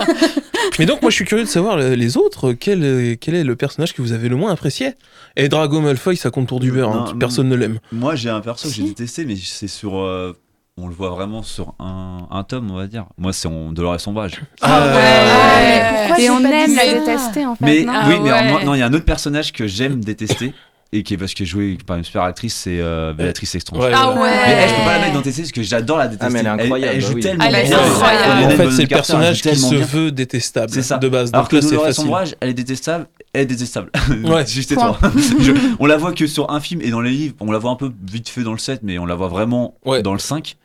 Mais donc moi je suis curieux de savoir le- les autres, quel, est- quel est le personnage que vous avez le moins apprécié Et Drago Malfoy, ça compte pour du beurre, hein, Non, personne ne l'aime. Moi, j'ai un perso que j'ai Si. détesté, mais c'est sur. euh, on le voit vraiment sur un, un tome, on va dire. Moi, c'est en Dolores Sauvage. Ah, ouais. pourquoi Et j'ai on pas aime dit la ça détester en fait. Mais non Ah oui, mais alors, moi- ouais. non, il y a un autre personnage que j'aime détester et qui est parce que joué par une super actrice, c'est euh, Béatrice Estrange. Ouais, Ah ouais. ouais. Mais elle, je peux pas la mettre dans tes séries parce que j'adore la détester. Ah, mais elle est incroyable, Elle, joue oui. tellement Ah, Elle est bien. incroyable. Elle est En fait, Bonne c'est le Carter, personnage elle qui joue se tellement bien. veut détestable C'est ça. de base. Alors Donc que là, c'est Dolores facile. Ombrage, elle est détestable, elle est détestable. Ouais. Juste et toi. Je- on la voit que sur un film et dans les livres, on la voit un peu vite fait dans le 7, mais on la voit vraiment Ouais. dans le 5.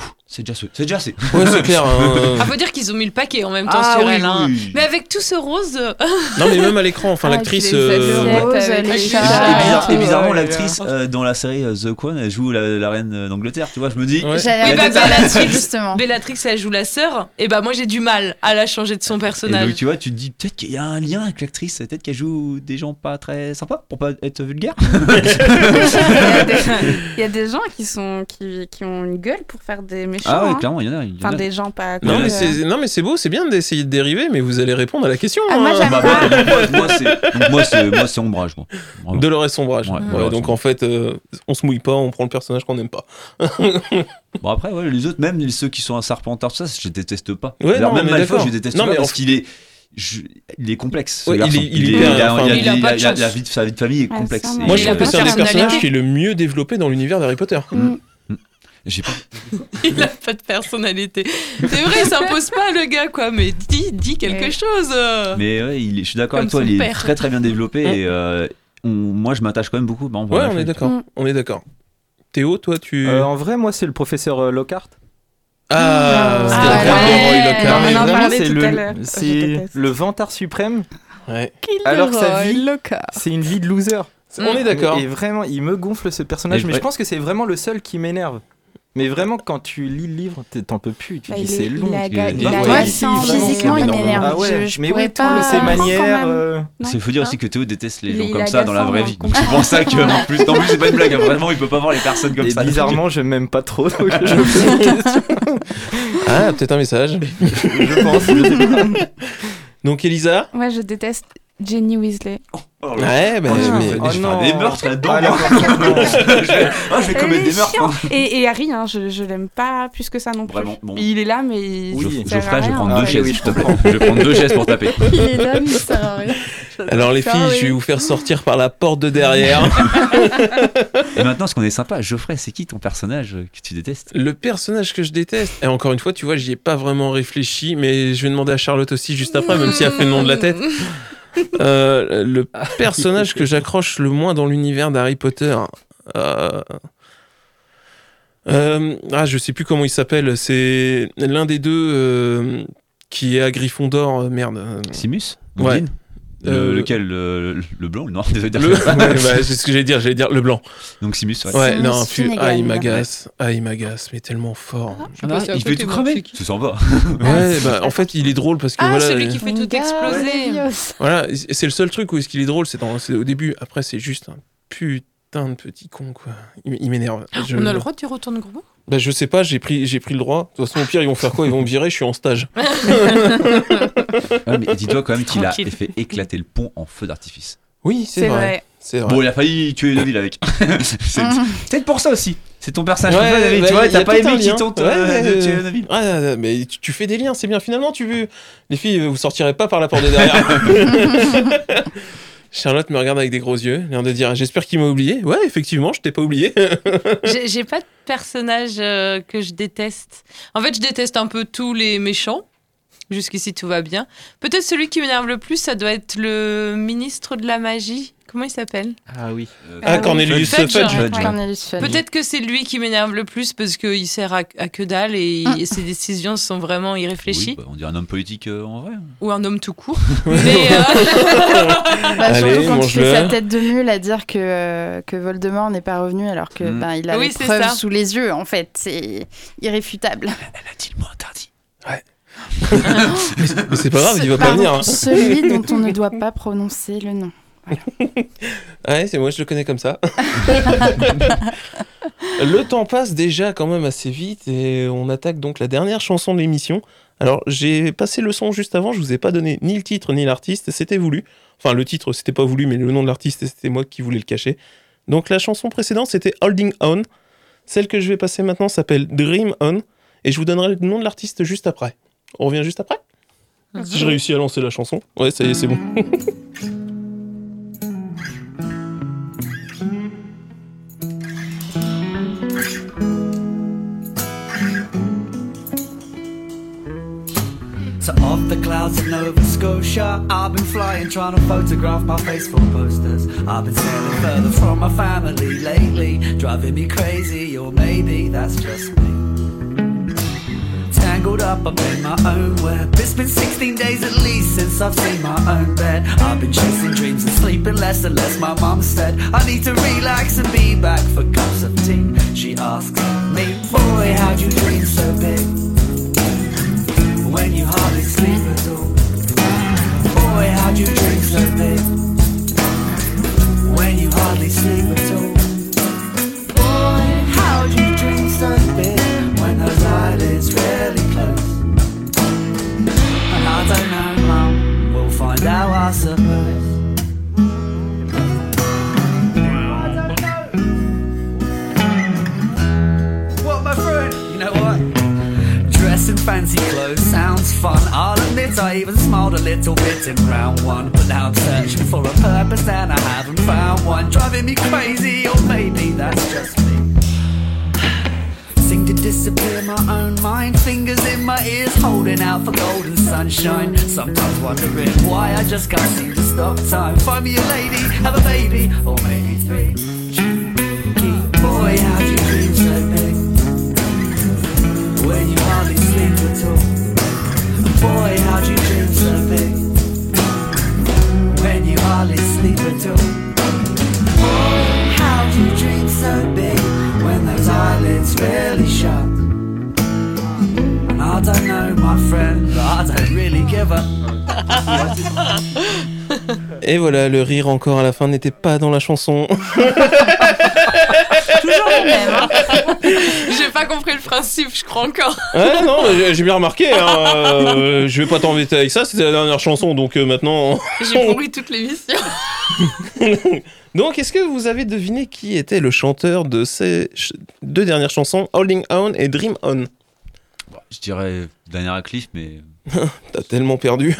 Ouh, C'est déjà ce- c'est déjà assez. Ouais, c'est clair. hein. Ah, faut dire qu'ils ont mis le paquet en même temps sur elle. hein. Mais avec tout ce rose, euh, non mais même à l'écran, enfin Ah, l'actrice. puis les euh, assiettes. ouais. avec les les chats, chats et, bizarre- et et tout. bizarrement, l'actrice euh, dans la série euh, The Crown, elle joue la, la reine euh, d'Angleterre. Tu vois, je me dis, Ouais. J'allais Et revenir bah, là-dessus, justement. Bellatrix, elle joue la sœur. Et bah, moi, j'ai du mal à la changer de son Et donc, personnage. tu vois, tu te dis peut-être qu'il y a un lien avec l'actrice, peut-être qu'elle joue des gens pas très sympas pour pas être vulgaire. Il y a des gens qui, sont, qui, qui ont une gueule pour faire des méchants. Ah ouais, hein. clairement, il y en a. il y en a. Enfin, des gens pas. euh, Non Ouais. mais c'est non mais c'est beau, c'est bien d'essayer de dériver, mais vous allez répondre à la question. Ah, moi, hein. j'aime Bah, bah, bah, moi, moi, c'est- donc, moi, c'est moi, c'est ombrage. Moi. Vraiment. Dolores Sombrage. Ouais, Ouais, Dolores donc Ombrage. en fait, euh, on se mouille pas, on prend le personnage qu'on n'aime pas. Bon, après, ouais, les autres, même les- ceux qui sont à Serpentard, tout ça, je les déteste pas. Ouais, Alors, non, même mais Malfoy, d'accord. je les déteste Non, pas mais parce en- qu'il est. je- il est complexe. ce Ouais, il est- garçon. il est il hyper- il a- enfin, il a- il il a pas a- de il a- chance. Ah, la vie de Ah, sa vie de famille est Ouais, complexe. ça, et- ouais. Moi, Il je a trouve pas que de c'est un des personnages personnalité. qui est le mieux développé dans l'univers d'Harry Potter. Mm. J'ai pas- Il a pas de personnalité. C'est vrai, il s'impose pas le gars quoi, mais dis, dis quelque Ouais. chose. euh. Mais ouais, il est- je suis d'accord Comme avec toi, son il est père. très très bien développé et euh, on- moi je m'attache quand même beaucoup. Bah, on va Ouais, la on est faire. d'accord. Mm. On est d'accord. Théo, toi, tu. Euh, en vrai, moi, c'est le professeur euh, Lockhart. Ah, Ah, c'était ouais. vraiment Roy Lockhart. Non, mais Ouais. non. vraiment, parlait c'est tout à l'heure. le, Je c'est déteste. le vantard suprême. Ouais. Alors que sa vie- Lockhart. C'est une vie de loser. On est d'accord. Et vraiment, il me gonfle ce personnage, Et mais ouais. je pense que c'est vraiment le seul qui m'énerve. Mais vraiment, quand tu lis le livre, t'es- t'en peux plus. Tu Bah, dis il est- c'est long. il a- il a- tu- il a- Ouais, ouais, sans- vraiment, physiquement, c'est il énorme. m'énerve. Ah ouais, Je- je mais pourrais oui, toutes pas- ses quand manières. même. euh, C'est faut dire aussi que Théo déteste les Il gens est comme ça dans la agaçant, vraie hein, vie. Donc c'est pour ça que en plus, en plus c'est pas une blague. hein, Vraiment, il peut pas voir les personnes comme Et ça. bizarrement, je m'aime pas trop. donc je, je Ah, peut-être un message. pense. je sais pas. Donc, Elisa. Ouais, je déteste Jenny Weasley. Oh, là là. Ouais, bah, Oh, je mais- vais- Oh je vais non. faire des meurtres là-dedans. Ah, moi. non, non, non. je vais, ah, je vais Elle commettre est des meurtres. chiante. hein. Et, et Harry, hein, je, je l'aime pas plus que ça non plus. Vraiment, bon. Il est là, mais il Oui. il Je- sert Geoffrey, Ah, à je vais rien, prendre en deux fait. chaises, s'il te plaît. Je vais prendre deux chaises pour taper. Il est là, mais il sert à rien. Alors, les filles, je vais vous faire sortir par la porte de derrière. Et maintenant, ce qu'on est sympa, Geoffrey, c'est qui ton personnage que tu détestes Le personnage que je déteste. Et encore une fois, tu vois, j'y ai pas vraiment réfléchi, mais je vais demander à Charlotte aussi juste après, même si elle fait le nom de la tête. Euh, le personnage que j'accroche le moins dans l'univers d'Harry Potter. euh, euh, ah, je sais plus comment il s'appelle. C'est l'un des deux euh, qui est à Gryffondor. euh, Merde. euh, Simus Ouais. Blondine Le- Euh, Lequel le, le- le blanc ou le noir Désolé de le- dire ça. Ouais, bah, c'est ce que j'allais dire. J'allais dire le blanc. Donc Simus, ouais. Ouais, Simus non, fu- Finnegan. ah, il m'agace. Ah, il m'agace, mais tellement fort. Ah, bah, c'est à il fait côté, tout moi, crever. c'est qui C'est sympa. Ouais, bah, en fait, il est drôle parce que Ah, voilà. euh, celui qui fait tout exploser. Voilà, c'est le seul truc où est-ce qu'il est drôle, c'est dans- c'est au début. Après, c'est juste un putain de petit con, quoi. Il, il m'énerve. Je- Ah, On a le droit de dire autant de gros Bah, je sais pas, j'ai pris, j'ai pris le droit. De toute façon, au pire, ils vont faire quoi Ils vont me virer, je suis en stage. Ouais, mais dis-toi quand même qu'il a Tranquille. fait éclater le pont en feu d'artifice. Oui, c'est C'est vrai. vrai. C'est vrai. Bon, il a failli tuer Neville avec. C'est peut-être pour ça aussi. C'est ton personnage Ouais, préféré, Neville, bah, tu vois, il y a t'as pas tout un aimé qu'il lien. tente Ouais, euh, de ouais, tuer ouais. Neville. Ah, là, là, mais tu, tu fais des liens, c'est bien. Finalement, tu veux. Les filles, euh, vous sortirez pas par la porte de derrière. Charlotte me regarde avec des gros yeux, l'air de dire J'espère qu'il m'a oublié. Ouais, effectivement, je t'ai pas oublié. J'ai j'ai pas de personnage euh, que je déteste. En fait, je déteste un peu tous les méchants. Jusqu'ici, tout va bien. Peut-être celui qui m'énerve le plus, ça doit être le ministre de la magie. Comment il s'appelle Ah oui. Euh, ah, oui. Cornelius Fudge. Fudge. Fudge, ouais. Peut-être que c'est lui qui m'énerve le plus parce qu'il sert à, à que dalle et, et ses décisions sont vraiment irréfléchies. Oui, bah, on dirait un homme politique euh, en vrai. Ou un homme tout court. Mais, euh, Bah, Allez, surtout quand il mange-le. fait sa tête de mule à dire que, euh, que Voldemort n'est pas revenu alors que Mm. ben, il a Oui, les c'est preuves ça. sous les yeux en fait, c'est irréfutable. Elle a dit le mot interdit. Mais c'est pas grave, il va pas Pardon, venir. hein. Celui dont on ne doit pas prononcer le nom. Ah Ouais, c'est moi, je le connais comme ça. le temps passe déjà quand même assez vite et on attaque donc la dernière chanson de l'émission. Alors, j'ai passé le son juste avant, je vous ai pas donné ni le titre ni l'artiste, c'était voulu. Enfin, le titre, c'était pas voulu, mais le nom de l'artiste, c'était moi qui voulais le cacher. Donc, la chanson précédente, c'était Holding On. Celle que je vais passer maintenant s'appelle Dream On et je vous donnerai le nom de l'artiste juste après. On revient juste après Si je réussis à lancer la chanson. Ouais, ça y est, c'est bon. So off the clouds of Nova Scotia, I've been flying, trying to photograph my Facebook posters. I've been sailing further from my family lately, driving me crazy, or maybe that's just me. Tangled up, I made my own web. It's been 16 days at least since I've seen my own bed. I've been chasing dreams and sleeping less and less. My mum said I need to relax and be back for cups of tea. She asks me, boy, how'd you dream so big? when you hardly sleep at all. Boy, how'd you drink so big when you hardly sleep at all? Boy, how'd you drink so big when those eyelids rarely close? And I don't know, Mum. We'll find out, I suppose. What, my friend? You know what? Dress in fancy clothes sounds fun. I'll admit kids I even smiled a little bit in round one But now I'm searching for a purpose and I haven't found one Driving me crazy or maybe that's just me Sing to disappear my own mind Fingers in my ears holding out for golden sunshine Sometimes wondering why I just can't seem to stop time Find me a lady, have a baby, or maybe three Cheeky boy, how do you dream so big? When you hardly sleep at all Boy, how do you dream so big? When you hardly sleep at all. Boy, how do you dream so big? When those eyelids really shut. And I don't know, my friend, but I don't really give a. Et voilà, le rire encore à la fin n'était pas dans la chanson. Toujours le même. hein. J'ai pas compris le principe, je crois encore. Ah non, j'ai- j'ai bien remarqué. hein, euh, je vais pas t'embêter avec ça, c'était la dernière chanson, donc euh, maintenant. J'ai pourri toute l'émission. Donc, est-ce que vous avez deviné qui était le chanteur de ces ch- deux dernières chansons, Holding On et Dream On Bah, Bon, je dirais Euh, Daniel Radcliffe, mais. T'as tellement perdu.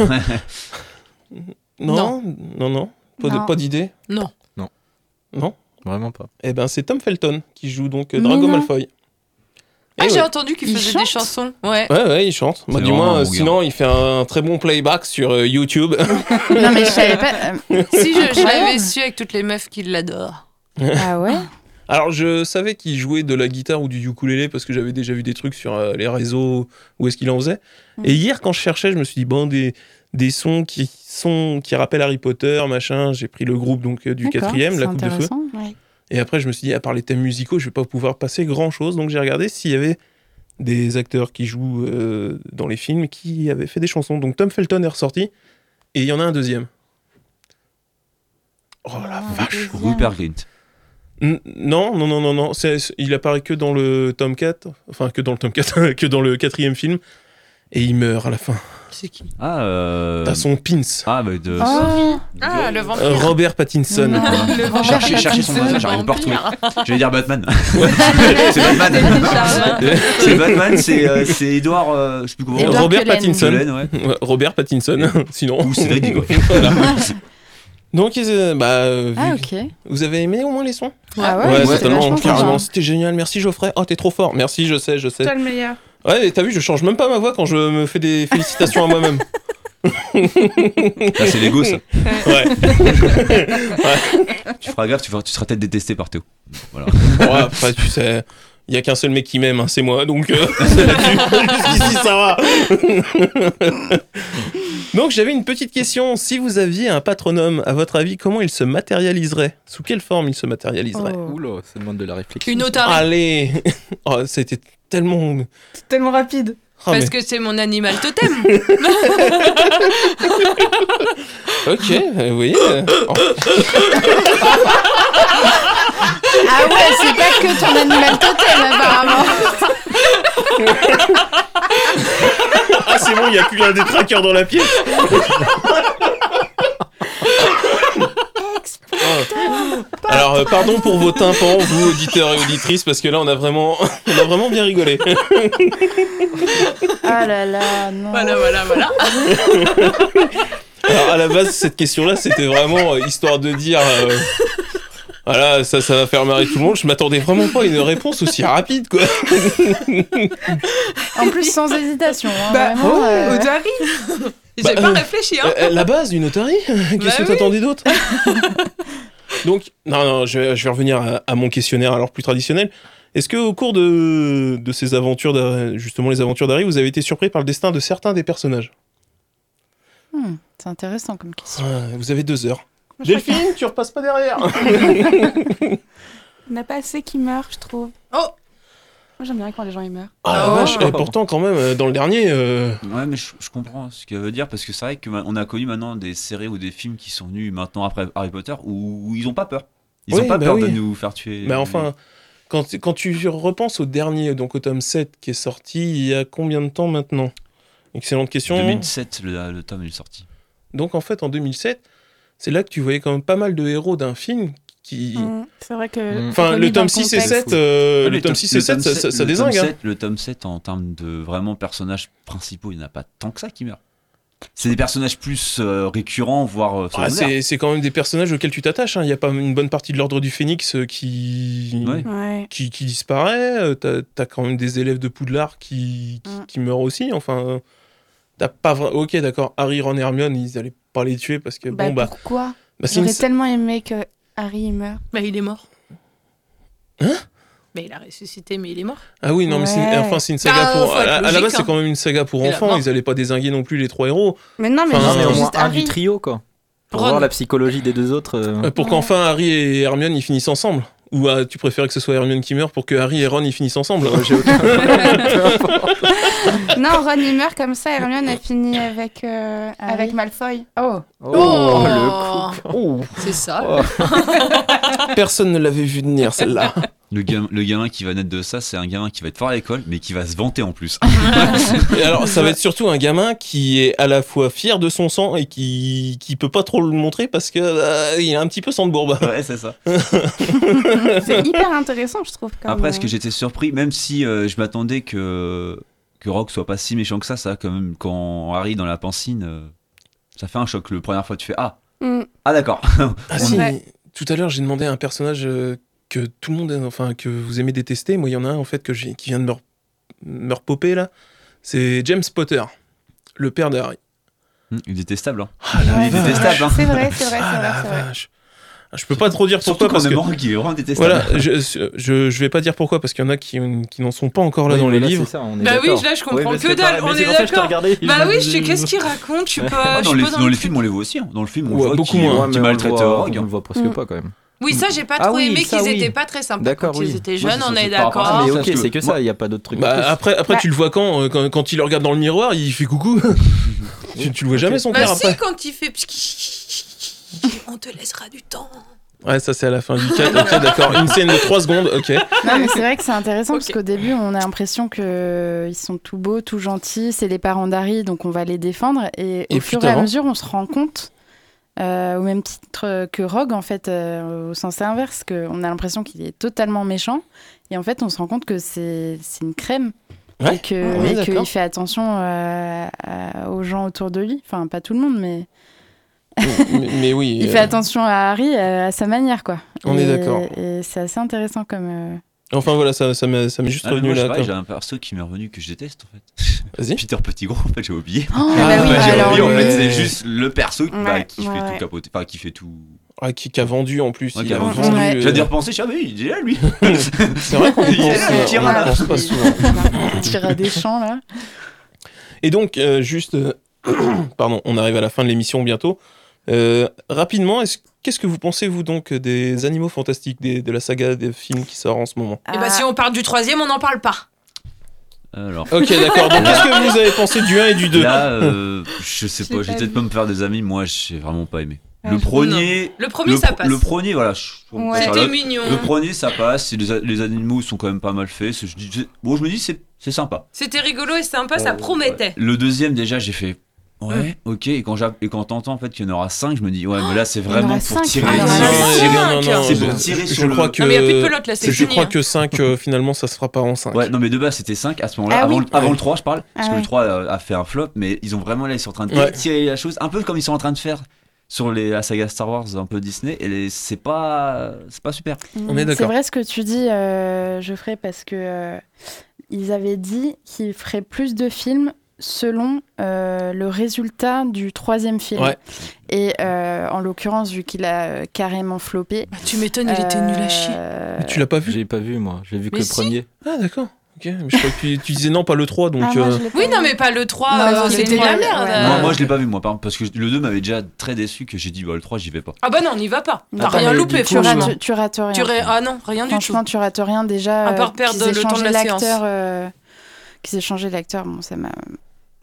non, Non. non, non, pas de- Non. pas d'idée. Non. Non. Non Vraiment pas. Eh ben, c'est Tom Felton qui joue donc euh, Mais Drago non. Malfoy. Eh Ah, ouais. j'ai entendu qu'il Il faisait chante des chansons. Ouais. Ouais, ouais, il chante. Bah, C'est du moins, vraiment euh, un bon gars. sinon, il fait un très bon playback sur euh, YouTube. Non, mais je savais pas. euh, Si Ah, je, je Incroyable. l'avais su avec toutes les meufs qui l'adorent. Ah ouais Alors, je savais qu'il jouait de la guitare ou du ukulélé parce que j'avais déjà vu des trucs sur euh, les réseaux où est-ce qu'il en faisait. Mm. Et hier, quand je cherchais, je me suis dit, bon, des, des sons qui, sont, qui rappellent Harry Potter, machin. J'ai pris le groupe donc euh, du D'accord, quatrième, la c'est Coupe de Feu. intéressant. Et après, je me suis dit, à part les thèmes musicaux, je vais pas pouvoir passer grand-chose. Donc, j'ai regardé s'il y avait des acteurs qui jouent euh, dans les films qui avaient fait des chansons. Donc, Tom Felton est ressorti et il y en a un deuxième. Oh la Ah, vache! deuxième. Rupert Grint. N- Non, non, non, non, non. c'est- c'est- il apparaît que dans le tome 4, enfin que dans le tome 4, que dans le quatrième film, et il meurt à la fin. C'est qui Ah, euh. T'as son pins, Ah, bah, de. Oh, Ah, le Euh, vampire. Robert Pattinson. Non. Cherchez, cherchez son Pattinson, nom, j'arrive pas à retrouver. vampire. J'allais dire Batman. c'est Batman. Charmin. c'est Batman, c'est euh, c'est Edouard. euh, je sais plus comment. Edouard Robert Cullen. Pattinson. Cullen, ouais. Ouais, Robert Pattinson, sinon. Ou Cédric Diggory. Voilà. Donc, ils, euh, bah, euh, Ah, vu- ok. vous avez aimé au moins les sons Ah ouais, Ouais, c'était totalement, vachement sympa. carrément. C'était génial, merci Geoffrey. Oh, t'es trop fort, merci, je sais, je sais. Toi le meilleur. Ouais, mais t'as vu, je change même pas ma voix quand je me fais des félicitations à moi-même. Ah, c'est Lego, ça. Ouais. Tu feras gaffe, tu, feras- tu seras peut-être détesté par Théo. Voilà. Ouais, après, tu sais, il y a qu'un seul mec qui m'aime, hein, c'est moi, donc euh, c'est là-dessus. jusqu'ici ça va. donc j'avais une petite question. Si vous aviez un patronome, à votre avis, comment il se matérialiserait Sous quelle forme il se matérialiserait Oh. Oula, ça demande de la réflexion. Une otarie. Allez Oh, ça a été tellement. C'est tellement rapide. Ah, Parce mais- que c'est mon animal totem. Ok, euh, vous voyez. euh, oh, Ah ouais, c'est pas que ton animal totem, apparemment. Ah, c'est bon, il n'y a plus un des traqueurs dans la pièce. Ah. Alors, euh, pardon pour vos tympans, vous auditeurs et auditrices, parce que là, on a vraiment, on a vraiment bien rigolé. Ah là là, non. Voilà, voilà, voilà. Alors, à la base, cette question-là, c'était vraiment euh, histoire de dire. euh, voilà, ça, ça va faire marrer tout le monde. Je m'attendais vraiment pas à une réponse aussi rapide, quoi. En plus, sans hésitation. hein, Bah, vraiment, euh, Odari. oh, J'ai Bah, pas euh, réfléchi, hein. Euh, euh, la base d'une otarie Qu'est-ce Bah que oui. t'attendais d'autre Donc, non, non, je, vais- je vais revenir à, à mon questionnaire alors plus traditionnel. Est-ce que au cours de, de ces aventures, d'Harry- justement les aventures d'Harry, vous avez été surpris par le destin de certains des personnages hmm, c'est intéressant comme question. Ouais, Vous avez deux heures. Delphine, tu repasses pas derrière On n'a pas assez qui meurt, je trouve. Oh. Moi j'aime bien quand les gens ils meurent. Ah la Oh. vache, et pourtant quand même, euh, dans le dernier... euh, Ouais, mais je, je comprends ce qu'elle veut dire parce que c'est vrai que ma- on a connu maintenant des séries ou des films qui sont venus maintenant après Harry Potter où, où ils ont pas peur. Ils Oui, ont pas bah peur de oui. nous faire tuer. Mais enfin, quand, quand tu repenses au dernier, donc au tome 7 qui est sorti il y a combien de temps maintenant Excellente question. 2007, le, le tome est sorti. Donc en fait, en 2007, c'est là que tu voyais quand même pas mal de héros d'un film qui. Mm, C'est vrai que. Mm. Hmm. Enfin, remis le dans tome le 6 et contexte. 7, euh, Ah, le tome 6 et le 7, tome ça, sept- ça- ça le tome désingue. hein. sept- Le tome 7, en termes de vraiment personnages principaux, il n'y en a pas tant que ça qui meurt. C'est des personnages plus euh, récurrents, voire euh, Ah, secondaires. c'est c'est quand même des personnages auxquels tu t'attaches. hein. Il n'y a pas une bonne partie de l'ordre du phénix euh, qui, Ouais. Ouais. qui, qui disparaît. Euh, T'as as quand même des élèves de Poudlard qui, qui, Mm. qui meurent aussi. Enfin, euh, t'as pas vra- Ok, d'accord. Harry, Ron, et Hermione, ils allaient pas les tuer parce que Bah, bon bah. pourquoi bah, c'est une- J'aurais tellement aimé que Harry il meure. Bah, il est mort. Hein Mais il a ressuscité, mais il est mort. Ah oui, non, mais c'est une- Ouais. enfin, c'est une saga Ah, pour. faut À, être la- à la logique, base, hein. c'est quand même une saga pour Et là, enfants. non. Ils allaient pas désinguer non plus les trois héros. Mais non, mais Enfin, juste, Non, mais au moins juste un du Harry. trio, quoi. Pour Ron. voir la psychologie des deux autres. euh, Euh, pour Ouais. qu'enfin Harry et Hermione ils finissent ensemble ou ah, tu préférais que ce soit Hermione qui meurt pour que Harry et Ron ils finissent ensemble j'ai aucun- Non, Ron il meurt comme ça, Hermione a fini avec, euh, Ah Harry. avec Malfoy. Oh, Oh, Oh. le coup. Oh. C'est ça. Oh. Personne ne l'avait vu venir celle-là. Le, gam- le gamin qui va naître de ça, c'est un gamin qui va être fort à l'école, mais qui va se vanter en plus. Et alors ça va être surtout un gamin qui est à la fois fier de son sang et qui qui peut pas trop le montrer parce que euh, il a un petit peu sang de bourbe. ouais, c'est ça. C'est hyper intéressant, je trouve. Comme, euh, Après, ce que j'étais surpris, même si euh, je m'attendais que, que Rock soit pas si méchant que ça, ça, quand même, quand Harry dans la pancine, euh, ça fait un choc. La première fois, tu fais Ah, Mm. ah d'accord. Ah si, Ouais. tout à l'heure j'ai demandé à un personnage euh, que tout le monde, enfin que vous aimez détester. Moi, il y en a un en fait que j'ai- qui vient de me, re- me repoper là. C'est James Potter, le père d'Harry. Hum, Il est détestable. Hein. Ouais. il est détestable. Hein. C'est vrai, c'est vrai, c'est Ah vrai. la c'est vrai. vache. Ah, Je peux pas trop dire Surtout pourquoi quand parce on que est mort, il est vraiment détestable. voilà, je, je, je vais pas dire pourquoi parce qu'il y en a qui, qui n'en sont pas encore là Oui, dans les voilà, livres. c'est ça, on est Bah oui, d'accord. là, je comprends Oui, mais que c'est dalle, pareil, mais on c'est est pour ça que je t'ai d'accord. regardé, je Bah me oui, je disais- sais qu'est-ce qu'il raconte, je suis Ah, pas. dans, je suis les, pas dans les le films, on les voit aussi. hein. Dans le film, on Ouais, voit beaucoup qu'il- moins. Ouais, mais qu'il on maltraite le euh, voit- Rogue. On hein. le voit presque Mm. pas quand même. Oui, ça, j'ai pas Ah trop oui, aimé ça, qu'ils oui. étaient pas très sympas. D'accord, quand oui. Ils étaient Moi, jeunes, c'est on surtout est par rapport à d'accord. Ah, mais parce ok, que c'est que moi- ça, il n'y a pas d'autre truc. Bah, après, après Bah. tu le vois quand, euh, quand quand il le regarde dans le miroir, il fait coucou. tu, tu le vois jamais son Bah père si, après. quand il fait. On te laissera du temps. Ouais, ça c'est à la fin du 4. Ok, d'accord. Une scène de 3 secondes. Ah, Ok. non, mais c'est vrai que c'est intéressant parce Ok. qu'au début, on a l'impression qu'ils sont tout beaux, tout gentils, c'est les parents d'Harry, donc on va les défendre. Et, Et au fur et putain. à mesure, on se rend compte, euh, au même titre euh, que Rogue, en fait, euh, au sens inverse, qu'on a l'impression qu'il est totalement méchant. Et en fait, on se rend compte que c'est c'est une crème. Ouais, et on est que- et qu'il d'accord. fait attention euh, à- aux gens autour de lui. Enfin, pas tout le monde, mais mais, mais oui. il euh, fait attention à Harry euh, à sa manière, quoi. On est Et- d'accord. Et c'est assez intéressant comme. euh, Enfin voilà, ça ça m'est ça m'est juste Ah, revenu moi, je sais là. pas, quoi. J'ai un perso qui m'est revenu que je déteste en fait. Vas-y. Peter Petit Gros, en fait, j'ai oublié. Oh, Ah, bah oui, bah, j'ai alors oublié, en lui- fait, c'est juste le perso bah, Ouais, qui fait ouais, tout ouais. capoter, enfin qui fait tout. Ah, qui, qui a vendu en plus. Ouais, il qui a a vendu. vendu, Ouais. euh, J'allais y repenser, je suis ah oui, il est là lui. C'est vrai qu'on pense, Il est là, euh, il tire on là. pense pas souvent. Il tira des champs là. Et donc, euh, juste, euh, pardon, on arrive à la fin de l'émission bientôt. Euh, rapidement, est-ce- qu'est-ce que vous pensez, vous, donc, des animaux fantastiques, des- de la saga des films qui sort en ce moment Ah. Et bah si on parle du troisième, on n'en parle pas. Alors. Ok, d'accord. Donc, qu'est-ce que vous avez pensé du 1 et du 2 Là, euh, je sais Je l'ai pas, je vais pas peut-être vu. pas me faire des amis. Moi, j'ai vraiment pas aimé. Ah, le je- premier. Le premier, le, ça pr- passe. le premier, voilà. je- Ouais. enfin, C'était le, mignon. le premier, ça passe. et Les, a- les animaux sont quand même pas mal faits. c'est- Je dis- c'est- bon, je me dis, c'est c'est sympa. C'était rigolo et sympa, ça promettait. Le deuxième, déjà, j'ai fait. Ouais, ok. Et quand j'a- et quand t'entends en fait qu'il y en aura 5 je me dis ouais, mais là c'est aura vraiment pour cinq. tirer, Ah, Hmm. il y en Non, a tirer, tirer. non, Eh non, non, cinq. non, C'est je- pour tirer je sur le- crois que. Non mais il n'y a plus de pelote là, c'est Je fini. crois hein. que 5, finalement, ça se fera pas en 5. Ouais, non mais de base c'était 5 à ce moment-là Ah avant, oui. le- avant le 3 je parle parce Ah que ouais. le 3 a, a fait un flop mais ils ont vraiment là ils sont en train de Ouais. tirer la chose un peu comme ils sont en train de faire sur les, la saga Star Wars un peu Disney et les- c'est pas c'est pas super. On est Mm, C'est d'accord. vrai ce que tu dis, euh, Geoffrey, parce que euh, ils avaient dit qu'ils feraient plus de films selon euh, le résultat du troisième film. Ouais. Et euh, en l'occurrence, vu qu'il a euh, carrément floppé. Bah, tu m'étonnes, il était euh, nul à chier. Mais tu l'as pas vu J'ai pas vu, moi. J'ai vu que Mais le si. premier. Ah, d'accord. Ok, mais je crois que tu, tu disais non, pas le 3, donc. Ah, moi, euh, je l'ai pas Oui, vu. non mais pas le 3, Non, euh, parce que c'était de le la trois, merde. ouais. euh. Moi, moi je l'ai pas vu moi par exemple, parce que le 2 m'avait déjà très déçu que j'ai dit bah, le 3 j'y vais pas. Ah bah non, on n'y va pas. T'as Attends, rien mais loupé, du coup, Tu franchement. rates, tu rates rien. Tu aurais- Ah non, rien du tout. Franchement, tu rates rien déjà. À euh, part perdre qu'ils aient le temps de changé la séance. l'acteur, euh, Qu'ils aient changé l'acteur, bon, ça m'a.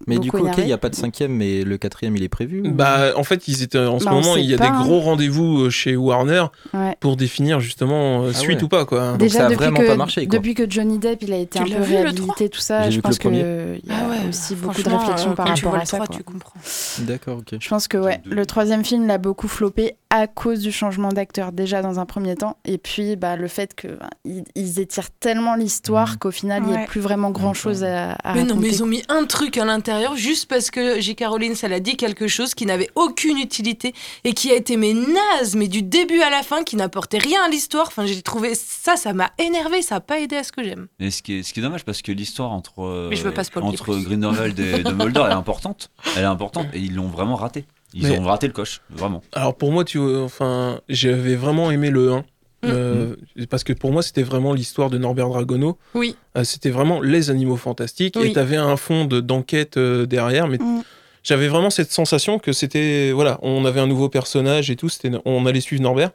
Mais du Beaucoup coup, ok, il énervé. n'y a pas de cinquième, mais le quatrième, il est prévu ou- Bah, en fait, ils étaient en ce Bah, on moment, sait il y a pas, des hein. gros rendez-vous euh, chez Warner Ouais. Ouais. pour définir justement euh, Ah suite ouais. ou pas quoi. Donc, ça a depuis vraiment que, pas marché, quoi. depuis que Johnny Depp il a été Tu un l'as peu vu, le Ah réhabilité tout ça, J'ai je vu que pense le qu'il premier. y a aussi beaucoup de franchement, réflexion euh, par quand tu rapport vois à le ça. trois, quoi. tu comprends. D'accord, ok. Je pense que ouais, Deux. le troisième film l'a beaucoup floppé à cause du changement d'acteur déjà dans un premier temps, et puis bah, le fait que bah, ils, ils étirent tellement l'histoire Mhm. qu'au final il n'y a Ouais. plus vraiment grand Mmh. chose à, à Mais raconter. non, mais ils ont mis un truc à l'intérieur juste parce que J. Caroline, ça l'a dit quelque chose qui n'avait aucune utilité et qui a été mais naze, mais du début à la fin, qui n'apportait rien à l'histoire. Enfin, j'ai trouvé ça, ça m'a énervé, ça n'a pas aidé à ce que j'aime. Et ce qui est, ce qui est dommage parce que l'histoire entre, euh, Mais je veux pas spoiler, entre plus. Grindelwald et Dumbledore est importante. Elle est importante et ils l'ont vraiment raté. Ils Mais- ont raté le coche, vraiment. Alors pour moi, tu vois, enfin, j'avais vraiment aimé le 1. Mm. euh, Parce que pour moi, c'était vraiment l'histoire de Norbert Dragono. Oui. Euh, c'était vraiment les animaux fantastiques. Oui. Et t'avais un fond de- d'enquête euh, derrière. Mais Mm. j'avais vraiment cette sensation que c'était. Voilà, on avait un nouveau personnage et tout. c'était- On allait suivre Norbert.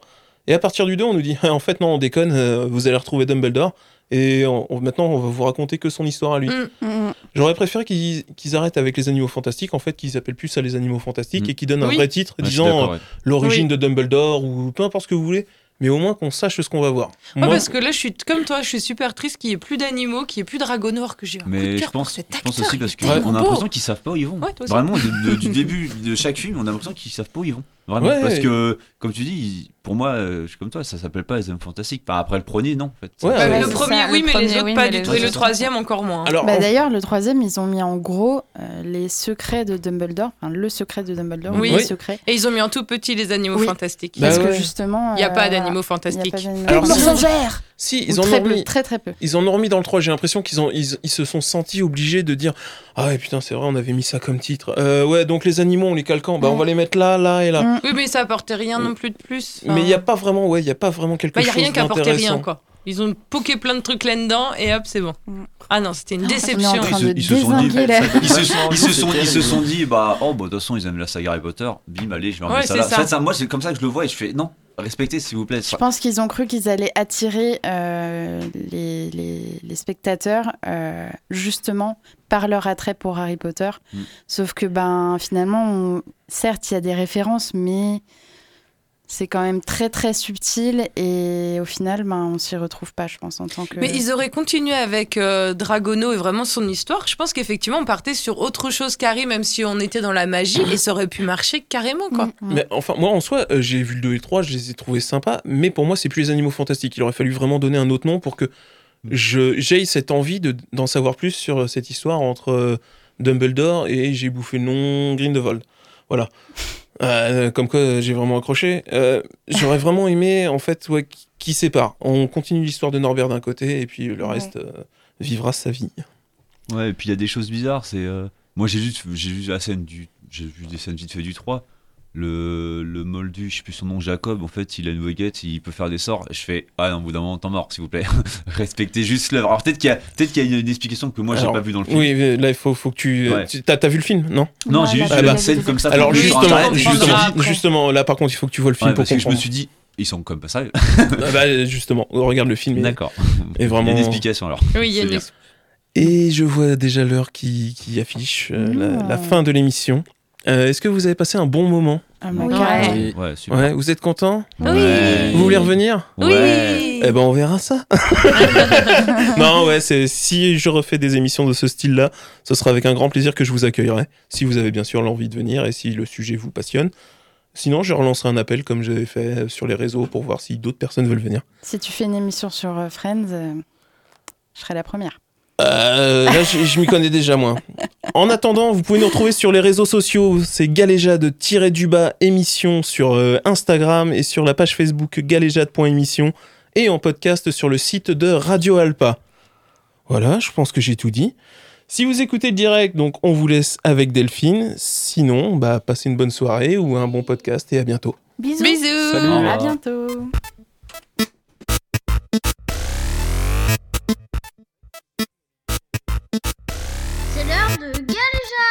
Et à partir du 2, on nous dit Ah, en fait, non, on déconne, euh, vous allez retrouver Dumbledore. Et on- on- maintenant, on va vous raconter que son histoire à lui. Mm. Mhm. J'aurais préféré qu'ils qu'ils arrêtent avec les animaux fantastiques, en fait, qu'ils appellent plus ça les animaux fantastiques Mm. et qu'ils donnent un Oui. vrai titre Ouais, je suis disant euh, d'accord, ouais. l'origine de Dumbledore ou peu importe ce que vous voulez, mais au moins qu'on sache ce qu'on va voir. Ouais, Moi, parce que là, je suis comme toi, je suis super triste qu'il n'y ait plus d'animaux, qu'il n'y ait plus de Dragonor, que j'ai eu un coup de Mais je cœur pour pense, cet je acteur. pense aussi parce qu'on il est a tellement l'impression beau. qu'ils savent pas où ils vont. Ouais, toi aussi. Vraiment, de- de- du début de chaque film, on a l'impression qu'ils savent pas où ils vont. Vraiment. Ouais. Parce que, comme tu dis, ils- pour moi, euh, je suis comme toi, ça s'appelle pas les hommes fantastiques. Enfin, après le premier, non. En fait. Ouais, Bah, ouais, le c'est premier, ça, oui, le mais les premier, autres, oui, pas mais du les tout. Et autres, le c'est ça. troisième, encore moins. hein. alors, Bah, en- D'ailleurs, le troisième, ils ont mis en gros euh, les secrets de Dumbledore, enfin le secret de Dumbledore, Oui. les Oui. secrets, Et ils ont mis en tout petit les animaux Oui. fantastiques. Bah parce que ouais. justement, Il n'y a euh, pas d'animaux il n'y a pas fantastiques. d'animaux Alors, fantastiques. ils en gèrent si, Ou ils en, très ont peu, remis, très très peu. ils en ont remis dans le 3, j'ai l'impression qu'ils ont- ils, ils se sont sentis obligés de dire Ah ouais, putain, c'est vrai, on avait mis ça comme titre. Euh, ouais, donc les animaux, on les calquant, Mm. bah on va les mettre là, là et là. Mm. Oui, mais ça apportait rien non plus de plus. Mais il n'y a Enfin, pas vraiment, ouais, il n'y a pas vraiment quelque bah, y a chose rien qui apportait rien, d'intéressant. quoi. Ils ont poqué plein de trucs là-dedans et hop, c'est bon. Mm. Ah non, c'était une on est en déception. train Ils se- de ils se sont dit- désinguer la- Ils se, sont, ils, se sont, C'est ils se terrible. sont dit, bah, oh, bah, de toute façon, ils aiment la saga Harry Potter, bim, allez, je vais enlever Ouais, ça c'est là. ça. En fait, ça, moi, c'est comme ça que je le vois et je fais, non, respectez, s'il vous plaît. Je pense qu'ils ont cru qu'ils allaient attirer euh, les, les- les spectateurs euh, justement par leur attrait pour Harry Potter. Mm. Sauf que ben finalement, on- certes, il y a des références, mais c'est quand même très très subtil et au final, ben on s'y retrouve pas, je pense, en tant que. Mais ils auraient continué avec euh, Dragono et vraiment son histoire. Je pense qu'effectivement, on partait sur autre chose qu'Harry, même si on était dans la magie, et ça aurait pu marcher carrément, quoi. Mm, mm. Mais enfin, moi en soi, euh, j'ai vu le 2 et le 3, je les ai trouvés sympas, mais pour moi, c'est plus les animaux fantastiques. Il aurait fallu vraiment donner un autre nom pour que je- j'aie cette envie de- d'en savoir plus sur euh, cette histoire entre euh, Dumbledore et j'ai bouffé le nom Grindelwald. Voilà. Euh, comme quoi, euh, j'ai vraiment accroché. Euh, J'aurais vraiment aimé, en fait, ouais, qui- qui sépare. On continue l'histoire de Norbert d'un côté et puis le Ouais. reste euh, vivra sa vie. Ouais, et puis il y a des choses bizarres. C'est euh, moi j'ai juste j'ai vu la scène du j'ai vu des scènes vite fait du 3. Le, le Moldu, je sais plus son nom, Jacob, en fait, il a une baguette, il peut faire des sorts. Je fais ah non, au bout d'un moment, temps mort, s'il vous plaît. Respectez juste l'œuvre. Alors peut-être qu'il y a peut-être qu'il y a une, une explication que moi j'ai Alors, pas vue dans le film. Oui, mais là, il faut, faut que tu. euh, Ouais. tu- T'as t'as vu le film, non Non, Ouais, j'ai la juste Ah vu bah. la scène comme ça. Alors, sur justement, Internet, comprendra justement, après. justement, là, par contre, il faut que tu vois le film Ouais, pour parce que je comprendre. me suis dit ils sont comme pas ça. Ah bah, justement, on regarde le film. Et, D'accord. et Il y a vraiment. une explication alors. Oui, il y C'est a une bien. Et je vois déjà l'heure qui, qui affiche euh, la, Mmh. la fin de l'émission. Euh, Est-ce que vous avez passé un bon moment Ah, mon Ouais. carré. Ouais. Et- Ouais, super. Ouais, vous êtes content Ouais. Vous voulez revenir Ouais. Oui. Eh ben, on verra ça. non, ouais, c'est si je refais des émissions de ce style-là, ce sera avec un grand plaisir que je vous accueillerai, si vous avez bien sûr l'envie de venir et si le sujet vous passionne. Sinon, je relancerai un appel comme j'avais fait sur les réseaux pour voir si d'autres personnes veulent venir. Si tu fais une émission sur euh, Friends, euh, je serai la première. Euh, là, je, je m'y connais déjà moins. En attendant, vous pouvez nous retrouver sur les réseaux sociaux. C'est galéjade du bas émission sur euh, Instagram et sur la page Facebook galéjade.émission et en podcast sur le site de Radio Alpa. Voilà, je pense que j'ai tout dit. Si vous écoutez le direct, donc on vous laisse avec Delphine. Sinon, bah, passez une bonne soirée ou un bon podcast et à bientôt. Bisous. Bisous. Salut. À bientôt. C'est l'heure de galéjade